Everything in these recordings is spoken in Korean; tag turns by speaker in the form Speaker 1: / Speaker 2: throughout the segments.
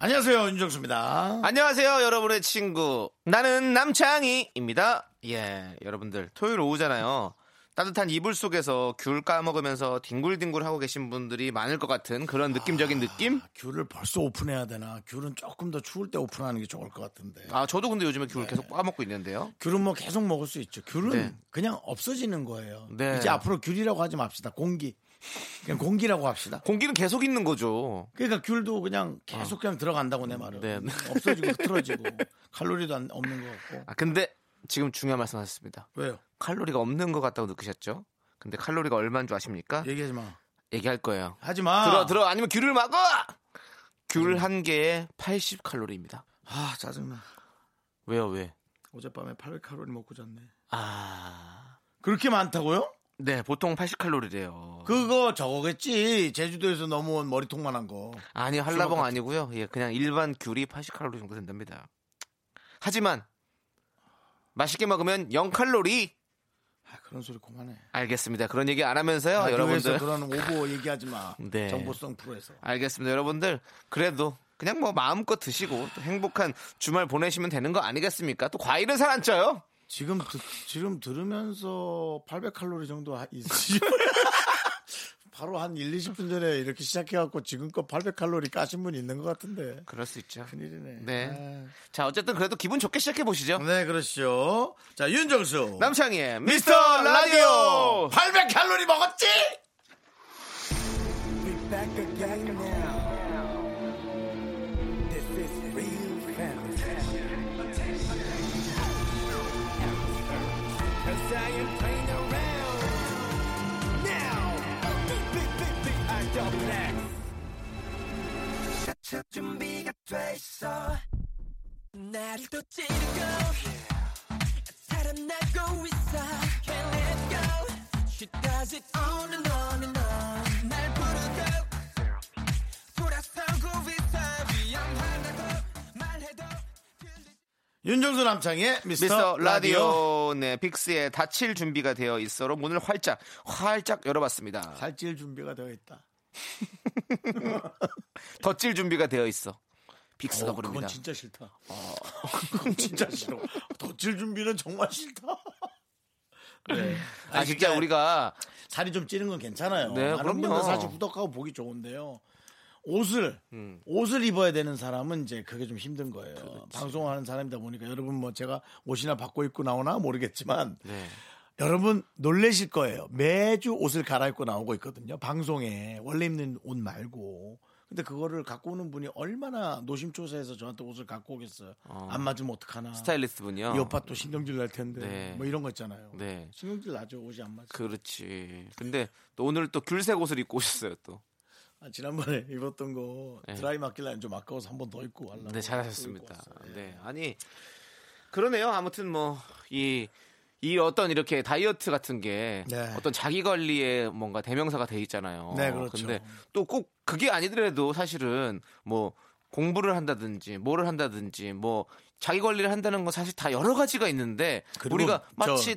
Speaker 1: 안녕하세요 윤정수입니다
Speaker 2: 안녕하세요, 여러분의 친구. 나는 남창희입니다. 예, 여러분들. 토요일 오후잖아요. 따뜻한 이불 속에서 귤 까먹으면서 뒹굴뒹굴 하고 계신 분들이 많을 것 같은 그런 느낌적인 느낌?
Speaker 1: 귤을 벌써 오픈해야 되나 귤은 조금 더 추울 때 오픈하는 게 좋을 것 같은데
Speaker 2: 아, 저도 근데 요즘에 귤 계속 까먹고 있는데요.
Speaker 1: 귤은 뭐 계속 먹을 수 있죠 귤은
Speaker 2: 네.
Speaker 1: 그냥 없어지는 거예요
Speaker 2: 네.
Speaker 1: 이제 앞으로 귤이라고 하지 맙시다 공기 그냥 공기라고 합시다
Speaker 2: 공기는 계속 있는 거죠.
Speaker 1: 그러니까 귤도 그냥 계속 그냥 들어간다고 내 말은
Speaker 2: 아. 네.
Speaker 1: 없어지고 흐트러지고 칼로리도 안- 없는 것 같고
Speaker 2: 아, 근데 지금 중요한 말씀 하셨습니다.
Speaker 1: 왜요?
Speaker 2: 칼로리가 없는 것 같다고 느끼셨죠? 근데 칼로리가 얼마인 줄 아십니까?
Speaker 1: 얘기하지 마
Speaker 2: 얘기할 거예요.
Speaker 1: 하지 마
Speaker 2: 들어, 들어. 예. 아니면 음. 귤을 막어! 귤 한 개에 80칼로리입니다.
Speaker 1: 아 짜증나
Speaker 2: 왜요, 왜?
Speaker 1: 어젯밤에 800칼로리 먹고 잤네
Speaker 2: 아.
Speaker 1: 그렇게 많다고요?
Speaker 2: 네, 보통 80칼로리래요.
Speaker 1: 그거 저거겠지 제주도에서 넘어온 머리통만 한거
Speaker 2: 아니요, 한라봉
Speaker 1: 같은-
Speaker 2: 아니고요. 예, 그냥 일반 귤이 80칼로리 정도 된답니다. 하지만 맛있게 먹으면 0칼로리.
Speaker 1: 아, 그런 소리 그만해
Speaker 2: 알겠습니다. 그런 얘기 안 하면서요,
Speaker 1: 아, 여러분들
Speaker 2: 여러분들.
Speaker 1: 그런 오보 얘기하지 마.
Speaker 2: 네.
Speaker 1: 정보성 프로에서.
Speaker 2: 알겠습니다, 여러분들. 그래도 그냥 뭐 마음껏 드시고 또 행복한 주말 보내시면 되는 거 아니겠습니까? 또 과일은 살 안 쪄요.
Speaker 1: 지금 드, 지금 들으면서 800칼로리 정도 하- 있으시죠? 바로 한 1, 20분 전에 이렇게 시작해 갖고 지금껏 800칼로리 까신 분 있는 것 같은데.
Speaker 2: 그럴 수 있죠.
Speaker 1: 큰일이네.
Speaker 2: 네. 자, 어쨌든 그래도 기분 좋게 시작해 보시죠.
Speaker 1: 아. 네, 그렇죠. 자, 윤정수.
Speaker 2: 남창희의 미스터
Speaker 1: 미스터 라디오.
Speaker 2: 라디오.
Speaker 1: 800칼로리 먹었지? 윤정수 남창의 미스터,
Speaker 2: 미스터
Speaker 1: 라디오.
Speaker 2: 라디오 네 빅스의 다칠 준비가 되어 있어로 문을 활짝 활짝 열어봤습니다.
Speaker 1: 살찔 준비가 되어 있다.
Speaker 2: 덧질 준비가 되어 있어. 빅스가
Speaker 1: 어, 그건
Speaker 2: 부릅니다.
Speaker 1: 진짜 싫다. 아, 그건 진짜 싫어. 아, 덧질 준비는 정말 싫다. 네.
Speaker 2: 아 진짜 우리가
Speaker 1: 살이 좀 찌는 건 괜찮아요.
Speaker 2: 네,
Speaker 1: 많은
Speaker 2: 그럼요.
Speaker 1: 분들 사실 후덕하고 보기 좋은데요. 옷을
Speaker 2: 음.
Speaker 1: 옷을 입어야 되는 사람은 이제 그게 좀 힘든 거예요. 방송하는 사람이다 보니까 여러분 뭐 제가 옷이나 바꿔 입고 나오나 모르겠지만
Speaker 2: 네.
Speaker 1: 여러분 놀라실 거예요. 매주 옷을 갈아입고 나오고 있거든요. 방송에 원래 입는 옷 말고. 근데 그거를 갖고 오는 분이 얼마나 노심초사해서 저한테 옷을 갖고 오겠어요. 안 맞으면 어떡하나.
Speaker 2: 스타일리스트 분이요.
Speaker 1: 이 오빠 또 신경질 날 텐데.
Speaker 2: 네.
Speaker 1: 뭐 이런 거 있잖아요.
Speaker 2: 네.
Speaker 1: 신경질 나죠. 옷이 안 맞아.
Speaker 2: 그렇지. 근데 또 오늘 또 귤색 옷을 입고 오셨어요 또.
Speaker 1: 아, 지난번에 입었던 거
Speaker 2: 네.
Speaker 1: 드라이 맡길래 좀 아까워서 한 번 더 입고 하려고.
Speaker 2: 네
Speaker 1: 또
Speaker 2: 잘하셨습니다.
Speaker 1: 입고 왔어요. 예.
Speaker 2: 네 아니 그러네요. 아무튼 뭐 이 이 어떤 이렇게 다이어트 같은 게
Speaker 1: 네.
Speaker 2: 어떤 자기 관리의 뭔가 대명사가 돼 있잖아요.
Speaker 1: 네, 그렇죠.
Speaker 2: 근데 또 꼭 그게 아니더라도 사실은 뭐 공부를 한다든지 뭐를 한다든지 뭐 자기 관리를 한다는 건 사실 다 여러 가지가 있는데
Speaker 1: 그리고
Speaker 2: 우리가 마치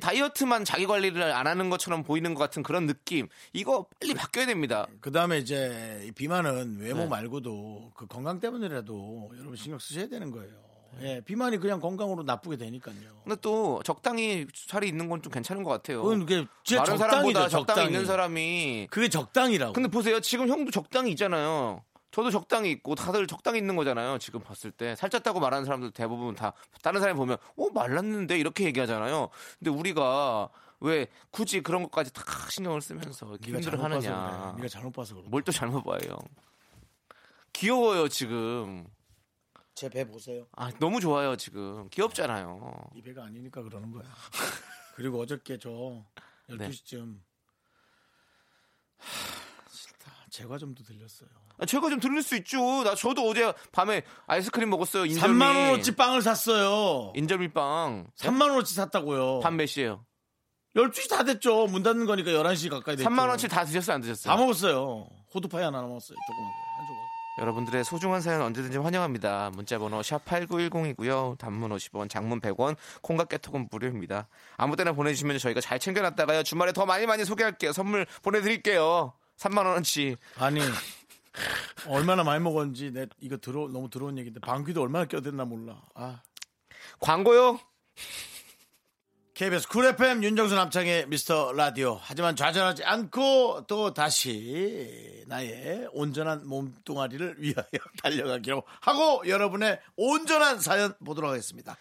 Speaker 1: 저-
Speaker 2: 다이어트만 자기 관리를 안 하는 것처럼 보이는 것 같은 그런 느낌 이거 빨리 바뀌어야 됩니다.
Speaker 1: 그다음에 이제 이 비만은 외모
Speaker 2: 네.
Speaker 1: 말고도 그 건강 때문이라도 여러분 신경 쓰셔야 되는 거예요.
Speaker 2: 네.
Speaker 1: 예, 비만이 그냥 건강으로 나쁘게 되니까요.
Speaker 2: 근데 또 적당히 살이 있는 건 좀 괜찮은 것 같아요.
Speaker 1: 그건 그게 진짜
Speaker 2: 다른
Speaker 1: 적당이죠.
Speaker 2: 사람보다 적당히 있는
Speaker 1: 적당히.
Speaker 2: 사람이
Speaker 1: 그게 적당이라고.
Speaker 2: 근데 보세요 지금 형도 적당히 있잖아요 저도 적당히 있고 다들 적당히 있는 거잖아요 지금 봤을 때 살쪘다고 말하는 사람들 대부분 다 다른 사람이 보면 어 말랐는데 이렇게 얘기하잖아요 근데 우리가 왜 굳이 그런 것까지 다 신경을 쓰면서 이렇게
Speaker 1: 네가 잘못
Speaker 2: 뭐 힘들어
Speaker 1: 봐서
Speaker 2: 하느냐
Speaker 1: 그래. 네가 잘못 봐서 그래.
Speaker 2: 뭘 또 잘못 봐요 형 귀여워요 지금
Speaker 1: 제배 보세요.
Speaker 2: 아 너무 좋아요 지금 귀엽잖아요
Speaker 1: 이 배가 아니니까 그러는 거야. 그리고
Speaker 2: 네.
Speaker 1: 어저께 저 12시쯤 하, 싫다. 제과 점도 들렸어요.
Speaker 2: 아, 제가 좀 들릴 수 있죠. 나 저도 어제 밤에 아이스크림 먹었어요. 인절미.
Speaker 1: 3만 원어치 빵을 샀어요.
Speaker 2: 인절미빵.
Speaker 1: 3만 원어치 샀다고요.
Speaker 2: 밤 몇 시에요?
Speaker 1: 12시 다 됐죠. 문 닫는 거니까 11시 가까이 됐죠.
Speaker 2: 3만 원치 다 드셨어요, 안 드셨어요?
Speaker 1: 다 먹었어요. 호두파이 하나 먹었어요. 조그만 거. 한 조각.
Speaker 2: 여러분들의 소중한 사연 언제든지 환영합니다. 문자번호 샵 #8910이고요. 단문 50원, 장문 100원, 콩과 깨톡은 무료입니다. 아무 때나 보내주시면 저희가 잘 챙겨놨다가요. 주말에 더 많이 많이 소개할게요. 선물 보내드릴게요. 3만 원어치.
Speaker 1: 아니 얼마나 많이 먹었는지 내 이거 들어 너무 들어온 얘기인데 방귀도 얼마나 껴댔나 몰라. 아.
Speaker 2: 광고요.
Speaker 1: KBS 쿨 FM 윤정수 남창의 미스터 라디오. 하지만 좌절하지 않고 또 다시 나의 온전한 몸뚱아리를 위하여 달려가기로 하고 여러분의 온전한 사연 보도록 하겠습니다.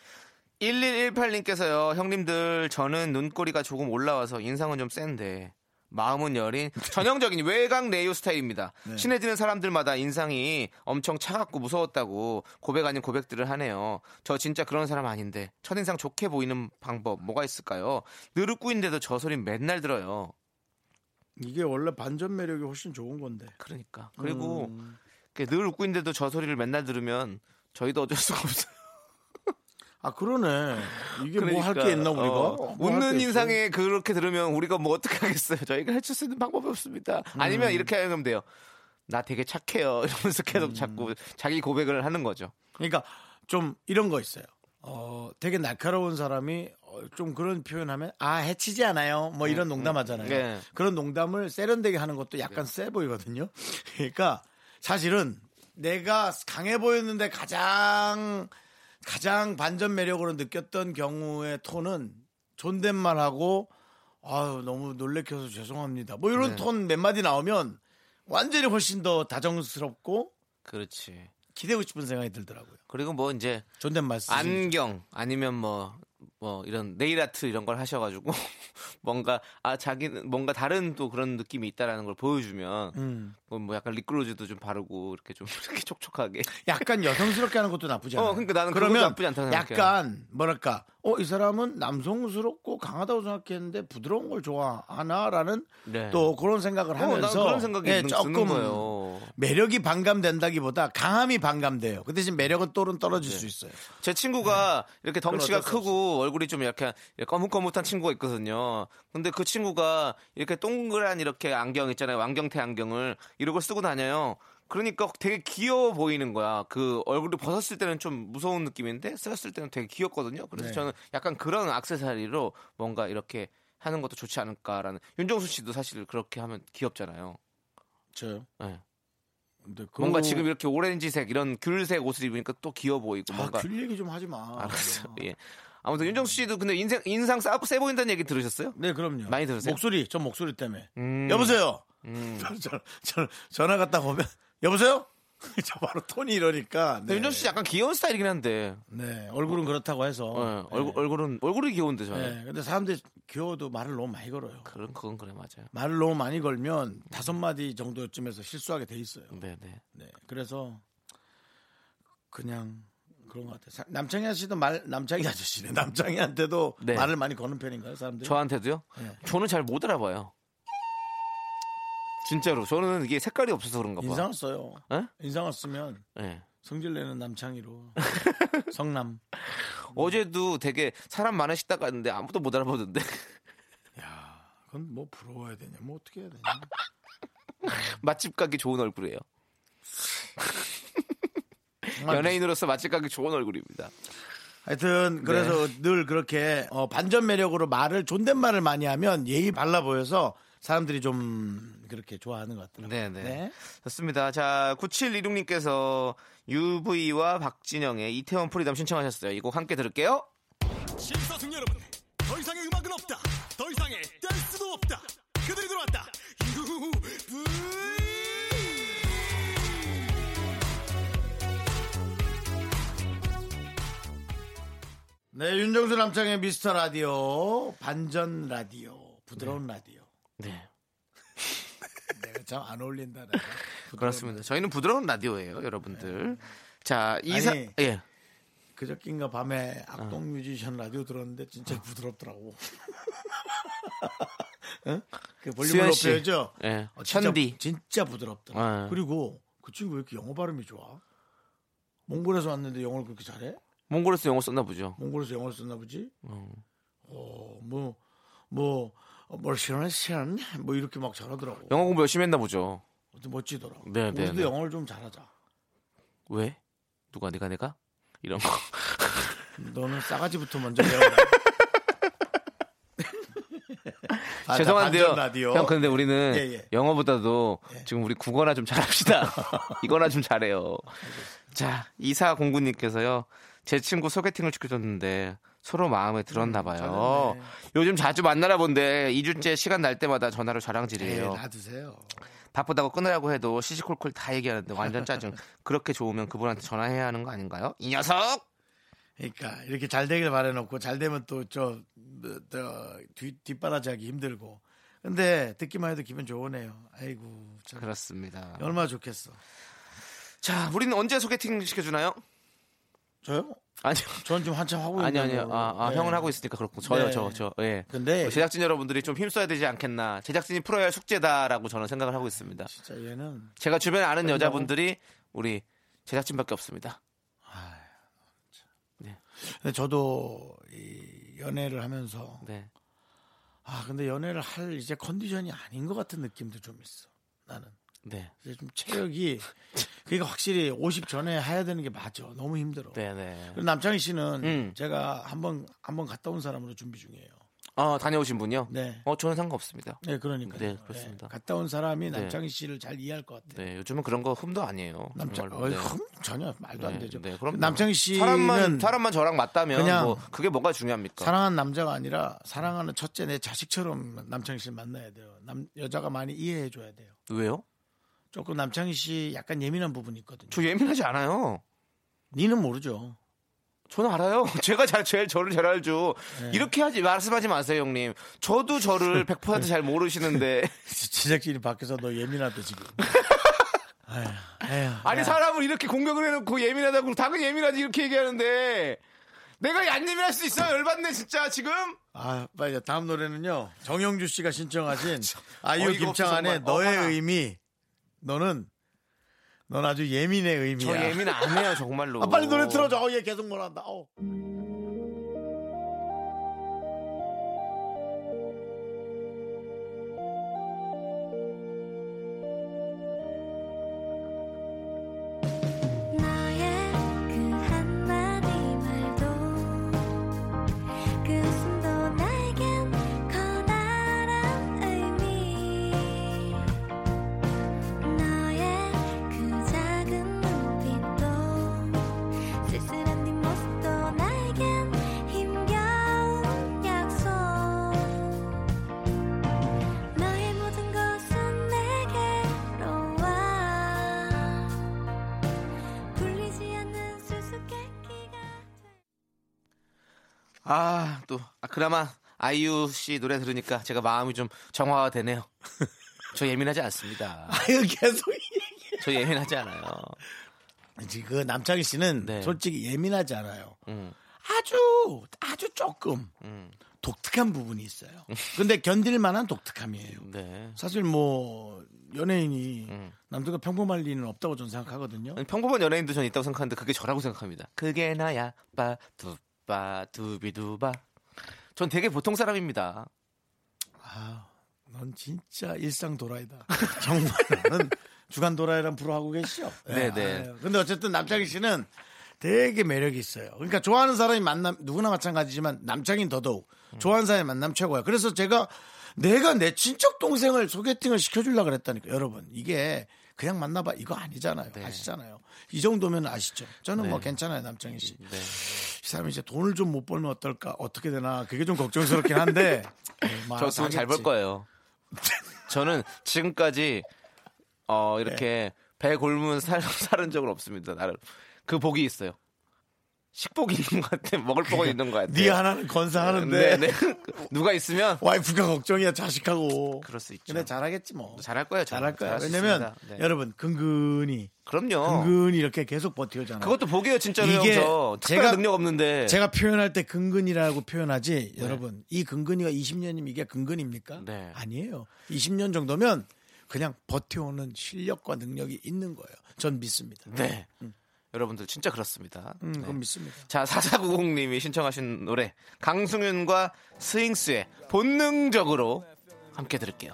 Speaker 2: 1118님께서요. 형님들 저는 눈꼬리가 조금 올라와서 인상은 좀 센데 마음은 여린 전형적인 외곽 내유 스타일입니다. 친해지는 사람들마다 인상이 엄청 차갑고 무서웠다고 고백 아닌 고백들을 하네요. 저 진짜 그런 사람 아닌데 첫인상 좋게 보이는 방법 뭐가 있을까요? 느릇구인데도 저 소리 맨날 들어요.
Speaker 1: 이게 원래 반전 매력이 훨씬 좋은 건데.
Speaker 2: 그러니까 그리고 이렇게 늘 웃고 있는데도 저 소리를 맨날 들으면 저희도 어쩔 수가 없어요.
Speaker 1: 아 그러네. 이게 뭐 할 게
Speaker 2: 그러니까,
Speaker 1: 있나 우리가?
Speaker 2: 어,
Speaker 1: 뭐 할게
Speaker 2: 웃는
Speaker 1: 있어?
Speaker 2: 인상에 그렇게 들으면 우리가 뭐 어떻게 하겠어요? 저희가 해줄 수 있는 방법이 없습니다. 아니면 이렇게 하면 돼요. 나 되게 착해요. 이러면서 계속 자꾸 자기 고백을 하는 거죠.
Speaker 1: 그러니까 좀 이런 거 있어요. 어, 되게 날카로운 사람이 어, 좀 그런 표현하면 아 해치지 않아요. 뭐 이런 농담하잖아요.
Speaker 2: 네.
Speaker 1: 그런 농담을 세련되게 하는 것도 약간 세 보이거든요. 그러니까 사실은 내가 강해 보였는데 가장 가장 반전 매력으로 느꼈던 경우의 톤은 존댓말하고 아유 너무 놀래켜서 죄송합니다. 뭐 이런
Speaker 2: 네.
Speaker 1: 톤 몇 마디 나오면 완전히 훨씬 더 다정스럽고
Speaker 2: 그렇지.
Speaker 1: 기대고 싶은 생각이 들더라고요.
Speaker 2: 그리고 뭐 이제
Speaker 1: 존댓말 쓰지.
Speaker 2: 안경 아니면 뭐 뭐 이런 네일 아트 이런 걸 하셔가지고 뭔가 아 자기는 뭔가 다른 또 그런 느낌이 있다라는 걸 보여주면
Speaker 1: 음.
Speaker 2: 뭐뭐 약간 립글로즈도 좀 바르고 이렇게 좀 이렇게 촉촉하게
Speaker 1: 약간 여성스럽게 하는 것도 나쁘지 않아요.
Speaker 2: 어, 그러니까 나는 그것도
Speaker 1: 그러면
Speaker 2: 나쁘지 않다고 생각해요.
Speaker 1: 약간 뭐랄까, 어 이 사람은 남성스럽고 강하다고 생각했는데 부드러운 걸 좋아하나라는
Speaker 2: 네.
Speaker 1: 또 그런 생각을
Speaker 2: 어, 난
Speaker 1: 하면서
Speaker 2: 그런 생각이
Speaker 1: 예,
Speaker 2: 는 드는 거예요.
Speaker 1: 매력이 반감된다기보다 강함이 반감돼요. 그 대신 매력은 또는
Speaker 2: 네.
Speaker 1: 떨어질 수 있어요.
Speaker 2: 제 친구가 이렇게
Speaker 1: 네.
Speaker 2: 덩치가
Speaker 1: 어쩔 수
Speaker 2: 크고 얼굴이 좀 약간 거뭇거뭇한 친구가 있거든요. 근데 그 친구가 이렇게 동그란 이렇게 안경 있잖아요. 왕경태 안경을 이런 걸 쓰고 다녀요. 그러니까 되게 귀여워 보이는 거야. 그 얼굴이 벗었을 때는 좀 무서운 느낌인데 쓰였을 때는 되게 귀엽거든요. 그래서
Speaker 1: 네.
Speaker 2: 저는 약간 그런 악세사리로 뭔가 이렇게 하는 것도 좋지 않을까라는 윤정수 씨도 사실 그렇게 하면 귀엽잖아요.
Speaker 1: 저요.
Speaker 2: 예.
Speaker 1: 근데 그-
Speaker 2: 뭔가 지금 이렇게 오렌지색 이런 귤색 옷을 입으니까 또 귀여워 보이고
Speaker 1: 아,
Speaker 2: 뭔가
Speaker 1: 귤 얘기 좀 하지 마.
Speaker 2: 알았어. 예. 아무튼 윤정수 씨도 근데 인생 인상 싸, 세 보인다는 얘기 들으셨어요?
Speaker 1: 네, 그럼요.
Speaker 2: 많이 들으세요?
Speaker 1: 목소리, 저 목소리 때문에.
Speaker 2: 음.
Speaker 1: 여보세요.
Speaker 2: 음.
Speaker 1: 저, 저, 전화 갔다 오면 여보세요? 저 바로 톤이 이러니까.
Speaker 2: 근데 네, 윤정수 씨 약간 귀여운 스타일이긴 한데.
Speaker 1: 네, 얼굴은 그렇다고 해서.
Speaker 2: 어, 얼굴
Speaker 1: 네.
Speaker 2: 얼굴은 얼굴이 귀여운데 저는.
Speaker 1: 네, 근데 사람들이 귀여워도 말을 너무 많이 걸어요.
Speaker 2: 그런 그건 그래 맞아요.
Speaker 1: 말을 너무 많이 걸면 다섯 마디 정도쯤에서 실수하게 돼 있어요.
Speaker 2: 네, 네.
Speaker 1: 네, 그래서 그냥 그런 것 같아요. 사- 남창희 아저씨도 말, 남창희 아저씨네. 남창희한테도
Speaker 2: 네.
Speaker 1: 말을 많이 거는 편인가요, 사람들이?
Speaker 2: 저한테도요?
Speaker 1: 네.
Speaker 2: 저는 잘 못 알아봐요. 진짜로 저는 이게 색깔이 없어서 그런가 봐.
Speaker 1: 인상을 음. 써요.
Speaker 2: 예?
Speaker 1: 인상을 쓰면
Speaker 2: 예.
Speaker 1: 성질 내는 남창희로 성남.
Speaker 2: 어제도 되게 사람 많은 식당 갔는데 아무도 못 알아보던데.
Speaker 1: 그건 뭐 부러워야 되냐, 뭐 어떻게 해야 되냐.
Speaker 2: 맛집 가기 좋은 얼굴이에요.
Speaker 1: 정말
Speaker 2: 연예인으로서 맛집 가기 좋은 얼굴입니다.
Speaker 1: 하여튼 그래서
Speaker 2: 네.
Speaker 1: 늘 그렇게 어, 반전 매력으로 말을 존댓말을 많이 하면 예의 발라 보여서 사람들이 좀 그렇게 좋아하는 것 같더라고요.
Speaker 2: 네네.
Speaker 1: 네.
Speaker 2: 좋습니다. 자, 9726님께서 UV와 박진영의 이태원 프리덤 신청하셨어요. 이 곡 함께 들을게요.
Speaker 3: 심사숙 여러분 더 이상의 음악은 없다 더 이상의 댄스도 없다 그들이 들어왔다 UV
Speaker 1: 네, 윤정수 남창의 미스터 라디오 반전 라디오 부드러운 라디오.
Speaker 2: 네.
Speaker 1: 내가 참 안 어울린다. 내가.
Speaker 2: 그렇습니다. 저희는 부드러운 라디오예요, 여러분들. 자, 이사
Speaker 1: 네. 아니.
Speaker 2: 예.
Speaker 1: 그저께인가 밤에
Speaker 2: 어.
Speaker 1: 악동 뮤지션 라디오 들었는데 진짜 부드럽더라고. 그 볼륨을
Speaker 2: 수현 씨.
Speaker 1: 높여야죠.
Speaker 2: 예.
Speaker 1: 어, 진짜,
Speaker 2: 디
Speaker 1: 진짜 부드럽더라.
Speaker 2: 예.
Speaker 1: 그리고 그 친구 왜 이렇게 영어 발음이 좋아? 몽골에서 왔는데 영어를 그렇게 잘해?
Speaker 2: 몽골에서 영어 썼나 보죠.
Speaker 1: 몽골에서 영어를 썼나 보지?
Speaker 2: 어.
Speaker 1: 어, 뭐, 뭐, 멀시런시런 뭐 이렇게 막 잘하더라고.
Speaker 2: 영어 공부 열심히 했나 보죠.
Speaker 1: 아무튼 멋지더라.
Speaker 2: 네,
Speaker 1: 우리도
Speaker 2: 네, 네.
Speaker 1: 영어를 좀 잘하자.
Speaker 2: 왜? 누가 내가 내가? 이런 거.
Speaker 1: 너는 싸가지부터 먼저 배워라. 아, 나
Speaker 2: 죄송한데요.
Speaker 1: 반전 라디오.
Speaker 2: 형 그- 근데 우리는
Speaker 1: 예, 예.
Speaker 2: 영어보다도
Speaker 1: 예.
Speaker 2: 지금 우리 국어나 좀 잘합시다. 이거나 좀 잘해요. 자 이사 공구님께서요. 제 친구 소개팅을 시켜줬는데 서로 마음에 들었나 봐요.
Speaker 1: 잘했네.
Speaker 2: 요즘 자주 만나라 본데 2주째 시간 날 때마다 전화로
Speaker 1: 예,
Speaker 2: 자랑질이에요.
Speaker 1: 놔두세요.
Speaker 2: 바쁘다고 끊으라고 해도 시시콜콜 다 얘기하는데 완전 짜증. 그렇게 좋으면 그분한테 전화해야 하는 거 아닌가요? 이 녀석!
Speaker 1: 그러니까 이렇게 잘 되길 바라놓고 잘 되면 또저 뭐, 저, 뒷- 뒷바라지하기 힘들고. 근데 듣기만 해도 기분 좋으네요. 아이고, 참.
Speaker 2: 그렇습니다.
Speaker 1: 얼마나 좋겠어.
Speaker 2: 자, 우리는 언제 소개팅 시켜주나요?
Speaker 1: 저요?
Speaker 2: 아니요.
Speaker 1: 전 지금 한참 하고
Speaker 2: 아니
Speaker 1: 있는
Speaker 2: 아니요. 아, 아, 형은 하고 있으니까 그렇고 저요,
Speaker 1: 네.
Speaker 2: 저, 저. 예.
Speaker 1: 근데
Speaker 2: 제작진 여러분들이 좀 힘써야 되지 않겠나. 제작진이 풀어야 할 숙제다라고 저는 생각을 하고 있습니다.
Speaker 1: 진짜 얘는
Speaker 2: 제가 주변에 아는 여자분들이 우리 제작진밖에 없습니다. 네.
Speaker 1: 근데 저도 이 연애를 하면서
Speaker 2: 네.
Speaker 1: 아 근데 연애를 할 이제 컨디션이 아닌 것 같은 느낌도 좀 있어 나는
Speaker 2: 네.
Speaker 1: 이제 좀 체력이 그러니까 확실히 50 전에 해야 되는 게 맞아 너무 힘들어
Speaker 2: 네, 네.
Speaker 1: 그리고 남창희 씨는
Speaker 2: 음.
Speaker 1: 제가 한번 한번 갔다 온 사람으로 준비 중이에요
Speaker 2: 아, 다녀오신 분요?
Speaker 1: 네.
Speaker 2: 어, 저는 상관없습니다.
Speaker 1: 네 그러니까
Speaker 2: 네, 그렇습니다.
Speaker 1: 갔다 온 사람이
Speaker 2: 네.
Speaker 1: 남창희 씨를 잘 이해할 것 같아 요
Speaker 2: 네, 요즘은 그런 거 흠도 아니에요.
Speaker 1: 남창
Speaker 2: 정말로.
Speaker 1: 어이,
Speaker 2: 네.
Speaker 1: 흠? 전혀 말도 안
Speaker 2: 네,
Speaker 1: 되죠
Speaker 2: 네, 그럼요.
Speaker 1: 남창희 씨는
Speaker 2: 사람만 사람만 저랑 맞다면
Speaker 1: 그냥
Speaker 2: 뭐 그게 뭐가 중요합니까?
Speaker 1: 사랑하는 남자가 아니라 사랑하는 첫째 내 자식처럼 남창희 씨를 만나야 돼요. 남 여자가 많이 이해해 줘야 돼요.
Speaker 2: 왜요?
Speaker 1: 조금 남창희 씨 약간 예민한 부분이 있거든요.
Speaker 2: 저 예민하지 않아요.
Speaker 1: 니는 모르죠.
Speaker 2: 저는 알아요. 제가 잘 제일 저를 잘 알죠. 이렇게 하지 말씀하지 마세요, 형님. 저도 저를 100%잘 모르시는데
Speaker 1: 제작진이 밖에서 너 예민하다 지금. 아휴, 아휴.
Speaker 2: 아니
Speaker 1: 야,
Speaker 2: 사람을 이렇게 공격을 해놓고 예민하다고 당연히 예민하지 이렇게 얘기하는데 내가 안 예민할 수 있어? 열받네 진짜 지금.
Speaker 1: 아, 빨리 다음 노래는요. 정영주 씨가 신청하신
Speaker 2: 어이가
Speaker 1: 아이유
Speaker 2: 없어,
Speaker 1: 김창한의
Speaker 2: 정말. 어,
Speaker 1: 너의
Speaker 2: 하나.
Speaker 1: 의미. 너는 넌 아주 예민의 의미야.
Speaker 2: 저 예민 안 해요 정말로.
Speaker 1: 아, 빨리 노래 틀어줘. 어, 얘 계속 뭐란다. 어.
Speaker 4: 너의 그 한마디 말도 그 숨도 나에겐 커다란 의미 너의 그 작은 눈빛도 쓸쓸한 네 모습도 나에겐 힘겨운 약속 너의 모든 것은 내게로 와 불리지 않는 수수께끼가 돼.
Speaker 2: 아또 아, 그나마 아이유 씨 노래 들으니까 제가 마음이 좀 정화가 되네요. 저 예민하지 않습니다.
Speaker 1: 아유 계속
Speaker 2: 저 예민하지 않아요.
Speaker 1: 이제 그 남창희 씨는
Speaker 2: 네.
Speaker 1: 솔직히 예민하지 않아요.
Speaker 2: 음,
Speaker 1: 아주 아주 조금
Speaker 2: 음,
Speaker 1: 독특한 부분이 있어요. 근데 견딜 만한 독특함이에요.
Speaker 2: 네.
Speaker 1: 사실 뭐 연예인이
Speaker 2: 음.
Speaker 1: 남들과 평범할 리는 없다고 저는 생각하거든요.
Speaker 2: 아니, 평범한 연예인도 전 있다고 생각하는데 그게 저라고 생각합니다. 그게 나야 빠두빠 두비두바. 전 되게 보통 사람입니다.
Speaker 1: 아, 넌 진짜 일상 도라이다. 정말 나는 주간 도라이란 프로 하고 계시죠?
Speaker 2: 네, 네.
Speaker 1: 아유. 근데 어쨌든 남창희 씨는 되게 매력이 있어요. 그러니까 좋아하는 사람이 만남 누구나 마찬가지지만 남창인 더더욱 좋아하는 사람이 만남 최고야. 그래서 제가 내가 내 친척 동생을 소개팅을 시켜주려 그랬다니까 여러분 이게 그냥 만나봐 이거 아니잖아요.
Speaker 2: 네.
Speaker 1: 아시잖아요. 이 정도면 아시죠? 저는 뭐 괜찮아요 남창희 씨.
Speaker 2: 네.
Speaker 1: 이 사람이 이제 돈을 좀 못 벌면 어떨까 어떻게 되나 그게 좀 걱정스럽긴 한데 아, 네,
Speaker 2: 저 돈 잘 벌
Speaker 1: 요
Speaker 2: 거예요. 저는 지금까지 어
Speaker 1: 네.
Speaker 2: 이렇게 배 골문 살, 살은 적은 없습니다. 나름 그 복이 있어요. 식복 있는 것 같아. 먹을 거 있는 것 같아.
Speaker 1: 네 하나는
Speaker 2: 네,
Speaker 1: 건사하는데
Speaker 2: 네. 누가 있으면
Speaker 1: 와이프가 걱정이야 자식하고.
Speaker 2: 그럴 수 있죠.
Speaker 1: 근데 잘하겠지 뭐.
Speaker 2: 잘할 거예요. 저는.
Speaker 1: 잘할 거야.
Speaker 2: 잘할 수
Speaker 1: 왜냐면
Speaker 2: 있습니다. 네.
Speaker 1: 여러분 근근히
Speaker 2: 그럼요.
Speaker 1: 근근히 이렇게 계속 버티잖아요.
Speaker 2: 그것도 네. 복이에요, 진짜로
Speaker 1: 이게
Speaker 2: 형저 특별한
Speaker 1: 제가-
Speaker 2: 능력 없는데.
Speaker 1: 제가 표현할 때 근근이라고 표현하지 여러분 이 근근이가 20년이면 이게 근근입니까?
Speaker 2: 네.
Speaker 1: 아니에요. 20년 정도면 그냥 버텨오는 실력과 능력이 있는 거예요. 전 믿습니다.
Speaker 2: 네. 여러분들 진짜 그렇습니다.
Speaker 1: 음,
Speaker 2: 네.
Speaker 1: 그건 믿습니다.
Speaker 2: 자, 4490님이 신청하신 노래 강승윤과 스윙스의 본능적으로 함께 들을게요.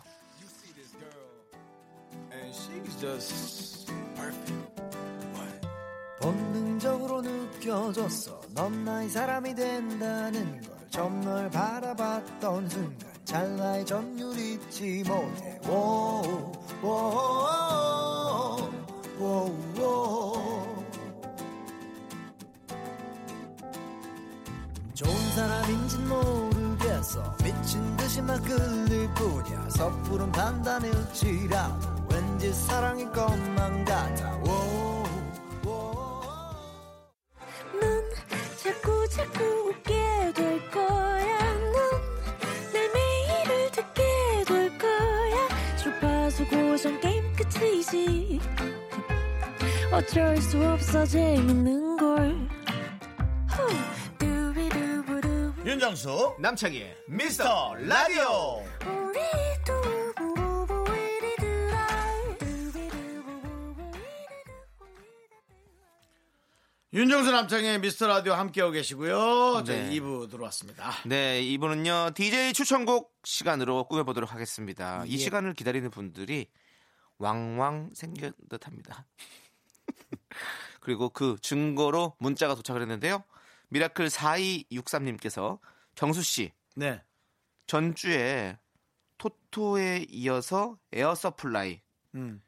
Speaker 5: 본능적으로 느껴졌어 넌 나의 사람이 된다는 걸 처음 널 바라봤던 순간 찰나의 전율 잊지 못해 오, 오, 오, 오, 오. 좋은 사람인진 모르겠어 미친 듯이 막 끌릴 뿐이야 섣부른 판단일지라도 왠지 사랑일 것만 같아 오, 오.
Speaker 4: 넌 자꾸 자꾸 웃게 될 거야. 넌내 매일을 듣게 될 거야. 주파수 고정 게임 끝이지. 어쩔 수 없어 재밌는 걸. 후. 두비두부두.
Speaker 1: 윤정수
Speaker 2: 남창희의
Speaker 1: 어? 미스터 라디오
Speaker 4: 우리 두부부부 우리들아. 두비두부부부 우리들아.
Speaker 1: 윤정수 남창의 미스터 라디오 함께하고 계시고요. 저희
Speaker 2: 네.
Speaker 1: 2부 들어왔습니다.
Speaker 2: 네, 이분은요. DJ 추천곡 시간으로 꾸며보도록 하겠습니다.
Speaker 1: 예.
Speaker 2: 이 시간을 기다리는 분들이 왕왕 생긴 듯합니다. 그리고 그 증거로 문자가 도착을 했는데요. 미라클 4263님께서 정수 씨
Speaker 1: 네.
Speaker 2: 전주에 토토에 이어서 에어서플라이
Speaker 1: 음.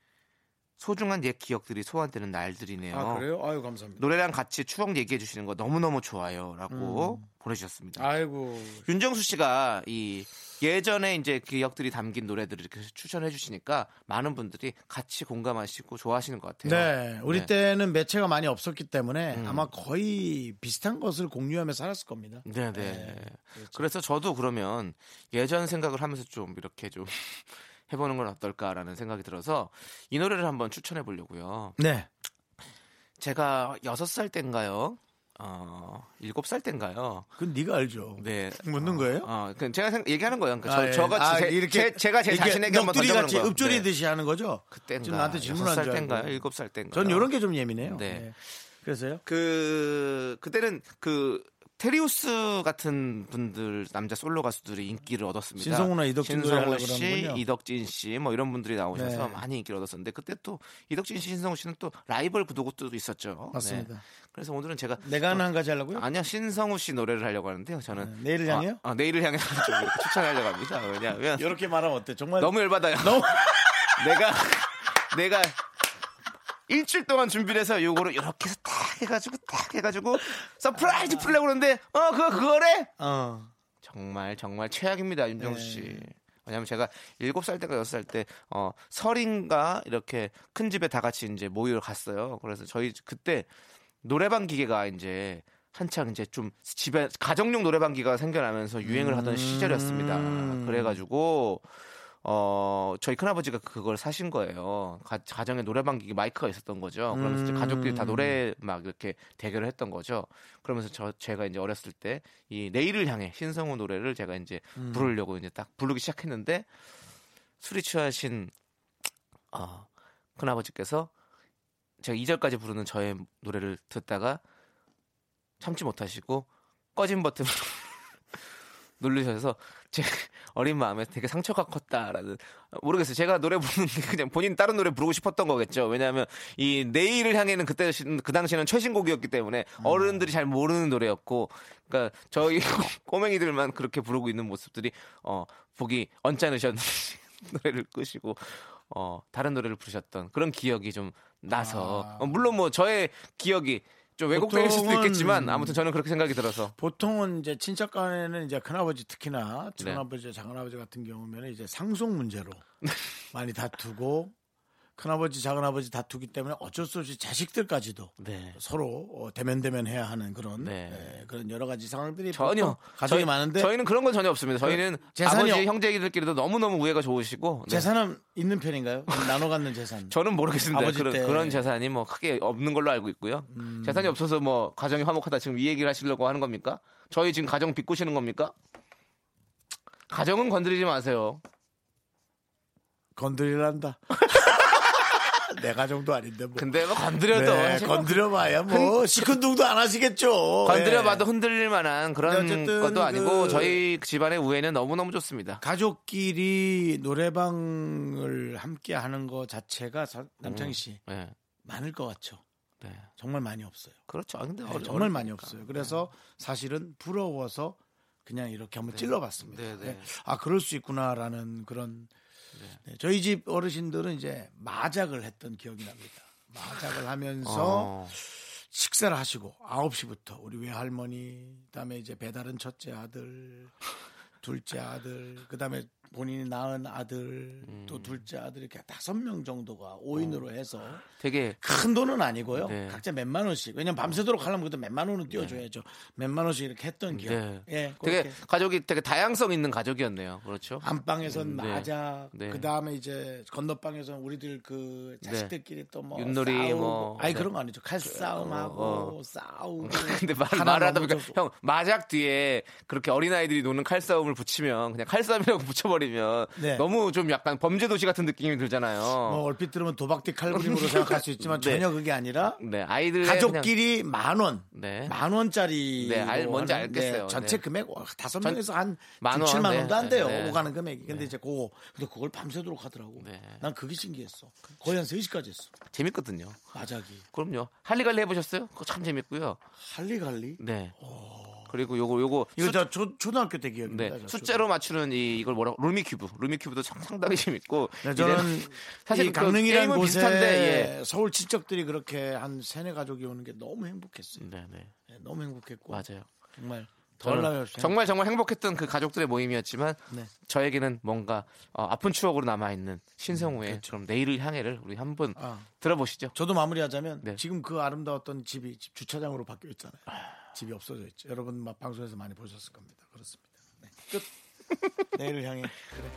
Speaker 2: 소중한 옛 기억들이 소환되는 날들이네요.
Speaker 1: 아 그래요? 아유 감사합니다.
Speaker 2: 노래랑 같이 추억 얘기해 주시는 거 너무너무 좋아요라고 보내주셨습니다.
Speaker 1: 음. 아이고
Speaker 2: 윤정수 씨가 이 예전에 이제 기억들이 담긴 노래들을 이렇게 추천해 주시니까 많은 분들이 같이 공감하시고 좋아하시는 것 같아요.
Speaker 1: 네, 우리
Speaker 2: 네. 음.
Speaker 1: 때는 매체가 많이 없었기 때문에 아마 거의 비슷한 것을 공유하며 살았을 겁니다.
Speaker 2: 네,
Speaker 1: 예,
Speaker 2: 네.
Speaker 1: 그렇죠.
Speaker 2: 그래서 저도 그러면 예전 생각을 하면서 좀 이렇게 좀 해보는 건 어떨까라는 생각이 들어서 이 노래를 한번 추천해 보려고요.
Speaker 1: 네,
Speaker 2: 제가 여섯 살 때인가요? 어, 일곱 살 때인가요?
Speaker 1: 그건 네가 알죠.
Speaker 2: 네.
Speaker 1: 묻는 거예요?
Speaker 2: 어, 그 제가 생- 얘기하는 거예요. 그러니까
Speaker 1: 아, 예.
Speaker 2: 저, 저가
Speaker 1: 아,
Speaker 2: 제, 제, 제가 제
Speaker 1: 이렇게
Speaker 2: 자신에게 한번
Speaker 1: 넋두리
Speaker 2: 던져보는
Speaker 1: 같이
Speaker 2: 거예요. 네.
Speaker 1: 읊조리듯이 하는 거죠.
Speaker 2: 그때인가
Speaker 1: 지금 나한테 질문한
Speaker 2: 여섯 살
Speaker 1: 줄 알고.
Speaker 2: 때인가요? 일곱 살 때인가요?
Speaker 1: 전 이런 게 좀 예민해요.
Speaker 2: 네.
Speaker 1: 그래서요?
Speaker 2: 그 그때는 그 테리우스 같은 분들 남자 솔로 가수들이 인기를 얻었습니다.
Speaker 1: 신성우나 이덕진 노래
Speaker 2: 신성우
Speaker 1: 하려고
Speaker 2: 씨,
Speaker 1: 그러는군요.
Speaker 2: 이덕진 씨 뭐 이런 분들이 나오셔서
Speaker 1: 네.
Speaker 2: 많이 인기를 얻었었는데 그때 또 이덕진 씨, 신성우 씨는 또 라이벌 구도곡도 있었죠.
Speaker 1: 맞습니다.
Speaker 2: 네. 그래서 오늘은 제가
Speaker 1: 내가 하나 한 가지 하려고요?
Speaker 2: 아니요 신성우 씨 노래를 하려고 하는데요. 저는
Speaker 1: 네, 내일을
Speaker 2: 아,
Speaker 1: 향해요?
Speaker 2: 아, 내일을 향해 좀 이렇게 추천하려고 합니다. 왜냐하면
Speaker 1: 이렇게 말하면 어때? 정말
Speaker 2: 너무 열받아요.
Speaker 1: 너무-
Speaker 2: 내가 내가 일주일 동안 준비를 해서 요거를 이렇게 해서 탁 해가지고 탁 해가지고 서프라이즈 풀려고 그러는데 어 그거 그거래
Speaker 1: 어.
Speaker 2: 정말 정말 최악입니다 윤정수 씨 왜냐면 제가 일곱 살 때가 여섯 살 때 어 설인가 이렇게 큰 집에 다 같이 이제 모이러 갔어요 그래서 저희 그때 노래방 기계가 이제 한창 이제 좀 집에 가정용 노래방 기가 생겨나면서 유행을 하던 시절이었습니다 그래가지고 어 저희 큰아버지가 그걸 사신 거예요. 가, 정에 노래방 기기 마이크가 있었던 거죠. 그러면서 이제 가족들이 다 노래 막 이렇게 대결을 했던 거죠. 그러면서 저 제가 이제 어렸을 때 이 내일을 향해 신성우 노래를 제가 이제 부르려고 이제 딱 부르기 시작했는데 술이 취하신 어, 큰아버지께서 제가 2절까지 부르는 저의 노래를 듣다가 참지 못하시고 꺼진 버튼을 누르셔서 제 어린 마음에 되게 상처가 컸다라는 모르겠어요. 제가 노래 부르는 게 그냥 본인 다른 노래 부르고 싶었던 거겠죠. 왜냐하면 이 내일을 향해는 그때 그 당시에는 최신곡이었기 때문에
Speaker 1: 음.
Speaker 2: 어른들이 잘 모르는 노래였고, 그러니까 저희 꼬맹이들만 그렇게 부르고 있는 모습들이 어 보기 언짢으셨는지 노래를 끄시고 어 다른 노래를 부르셨던 그런 기억이 좀 나서 어, 물론 뭐 저의 기억이 좀 왜곡될 수도
Speaker 1: 아. 보통은-
Speaker 2: 있겠지만 아무튼 저는 그렇게 생각이 들어서
Speaker 1: 보통은 이제 친척 간에는 이제 큰아버지
Speaker 2: 네.
Speaker 1: 특히나 작은아버지, 작은아버지 같은 경우면 이제 상속 문제로 많이 다투고 큰아버지 작은아버지 다투기 때문에 어쩔 수 없이 자식들까지도
Speaker 2: 네.
Speaker 1: 서로 어, 대면대면 해야 하는 그런
Speaker 2: 네.
Speaker 1: 예, 그런 여러 가지 상황들이
Speaker 2: 전혀
Speaker 1: 보통 뭐 가정이
Speaker 2: 저희-
Speaker 1: 많은데
Speaker 2: 저희는 그런 건 전혀 없습니다. 저희는
Speaker 1: 재산이
Speaker 2: 아버지
Speaker 1: 없-
Speaker 2: 형제들끼리도 너무 너무 우애가 좋으시고 네.
Speaker 1: 재산은 있는 편인가요? 나눠 갖는 재산.
Speaker 2: 저는 모르겠습니다.
Speaker 1: 아버지
Speaker 2: 그런,
Speaker 1: 때. 음.
Speaker 2: 그런 재산이 뭐 크게 없는 걸로 알고 있고요. 재산이 없어서 뭐 가정이 화목하다 지금 이 얘기를 하시려고 하는 겁니까? 저희 지금 가정 비꼬시는 겁니까? 가정은 건드리지 마세요.
Speaker 1: 건드리란다. 내 가정도 아닌데 뭐.
Speaker 2: 근데 뭐 건드려도
Speaker 1: 네,
Speaker 2: 사실
Speaker 1: 건드려봐야 뭐 시큰둥도 안 하시겠죠. 예.
Speaker 2: 건드려봐도 흔들릴 만한 그런
Speaker 1: 근데 어쨌든
Speaker 2: 것도 아니고
Speaker 1: 그-
Speaker 2: 저희 집안의 우애는 너무너무 좋습니다.
Speaker 1: 가족끼리 노래방을 함께 하는 거 자체가 사- 남창희 씨
Speaker 2: 네.
Speaker 1: 많을 것 같죠.
Speaker 2: 네.
Speaker 1: 정말 많이 없어요.
Speaker 2: 그렇죠. 아, 근데
Speaker 1: 네,
Speaker 2: 어려-
Speaker 1: 정말 많이
Speaker 2: 어렵니까? 네.
Speaker 1: 없어요. 그래서 사실은 부러워서 그냥 이렇게 한번 찔러봤습니다.
Speaker 2: 네, 네.
Speaker 1: 네. 아 그럴 수 있구나라는 그런 네, 저희 집 어르신들은 이제 마작을 했던 기억이 납니다. 마작을 하면서
Speaker 2: 어.
Speaker 1: 식사를 하시고 9시부터 우리 외할머니 그다음에 이제 배달은 첫째 아들 둘째 아들 그다음에 본인이 낳은 아들
Speaker 2: 음.
Speaker 1: 또 둘째 아들 이렇게 다섯 명 정도가
Speaker 2: 어.
Speaker 1: 5인으로 해서
Speaker 2: 되게
Speaker 1: 큰 돈은 아니고요.
Speaker 2: 네.
Speaker 1: 각자 몇만 원씩. 왜냐면 밤새도록 하려면 그래도 몇만 원은 띄워줘야죠. 몇만 원씩 이렇게 했던 기억.
Speaker 2: 네.
Speaker 1: 예,
Speaker 2: 되게
Speaker 1: 그렇게. 아,
Speaker 2: 가족이 되게 다양성 있는 가족이었네요. 그렇죠.
Speaker 1: 안방에선
Speaker 2: 네.
Speaker 1: 맞아.
Speaker 2: 네.
Speaker 1: 그 다음에 이제 건너방에선 우리들 그 자식들끼리 또 뭐
Speaker 2: 윷놀이
Speaker 1: 싸우고.
Speaker 2: 뭐.
Speaker 1: 아니
Speaker 2: 네.
Speaker 1: 그런 거 아니죠. 칼싸움하고
Speaker 2: 어,
Speaker 1: 싸우고.
Speaker 2: 근데 말,
Speaker 1: 하나
Speaker 2: 말하다 보니까
Speaker 1: 넘어져서.
Speaker 2: 형 마작 뒤에 그렇게 어린아이들이 노는 칼싸움을 붙이면 그냥 칼싸움이라고 붙여버리면
Speaker 1: 네.
Speaker 2: 너무 좀 약간 범죄도시 같은 느낌이 들잖아요.
Speaker 1: 뭐 얼핏 들으면 도박대 칼부림으로 생각할 수 있지만
Speaker 2: 어. 네.
Speaker 1: 전혀 그게 아니라
Speaker 2: 네 아이들
Speaker 1: 가족끼리 만 원.
Speaker 2: 네.
Speaker 1: 만 원짜리
Speaker 2: 네, 알- 뭔지 알겠어요.
Speaker 1: 전체
Speaker 2: 네.
Speaker 1: 금액 와, 다섯
Speaker 2: 전-
Speaker 1: 명에서 한
Speaker 2: 만 원,
Speaker 1: 7만
Speaker 2: 네.
Speaker 1: 원도 안 돼요.
Speaker 2: 네.
Speaker 1: 오가는 금액이. 근데 이제 그거 근데 그걸 밤새도록 하더라고.
Speaker 2: 네.
Speaker 1: 난 그게 신기했어. 거의 한 3시까지 했어.
Speaker 2: 재밌거든요.
Speaker 1: 마작이. 그럼요.
Speaker 2: 그럼요. 할리갈리 해보셨어요? 그거 참 재밌고요.
Speaker 1: 할리갈리?
Speaker 2: 네. 그리고 요거 요거
Speaker 1: 이거
Speaker 2: 숫-
Speaker 1: 저 초, 초등학교 때 기억입니다.
Speaker 2: 네.
Speaker 1: 저
Speaker 2: 숫자로 맞추는 이 이걸 뭐라고 루미큐브 루미큐브도 참 상당히 재밌고
Speaker 1: 네, 저는
Speaker 2: 이제는
Speaker 1: 사실
Speaker 2: 그
Speaker 1: 강릉이라는
Speaker 2: 게임은
Speaker 1: 곳에
Speaker 2: 비슷한데 예.
Speaker 1: 서울 친척들이 그렇게 한 세네 가족이 오는 게 너무 행복했어요.
Speaker 2: 네, 네.
Speaker 1: 네, 너무 행복했고
Speaker 2: 맞아요.
Speaker 1: 정말
Speaker 2: 저는
Speaker 1: 덜나요
Speaker 2: 네. 정말 정말 행복했던 그 가족들의 모임이었지만
Speaker 1: 네.
Speaker 2: 저에게는 뭔가 어, 아픈 추억으로 남아 있는 신성우의 네, 그럼 내일을 향해를 우리 한번
Speaker 1: 아.
Speaker 2: 들어보시죠.
Speaker 1: 저도 마무리하자면
Speaker 2: 네.
Speaker 1: 지금 그 아름다웠던 집이 집 주차장으로 바뀌어 있잖아요. 집이 없어져 있죠. 여러분 막 방송에서 많이 보셨을 겁니다. 그렇습니다. 네. 끝. 내일을 향해. 그래.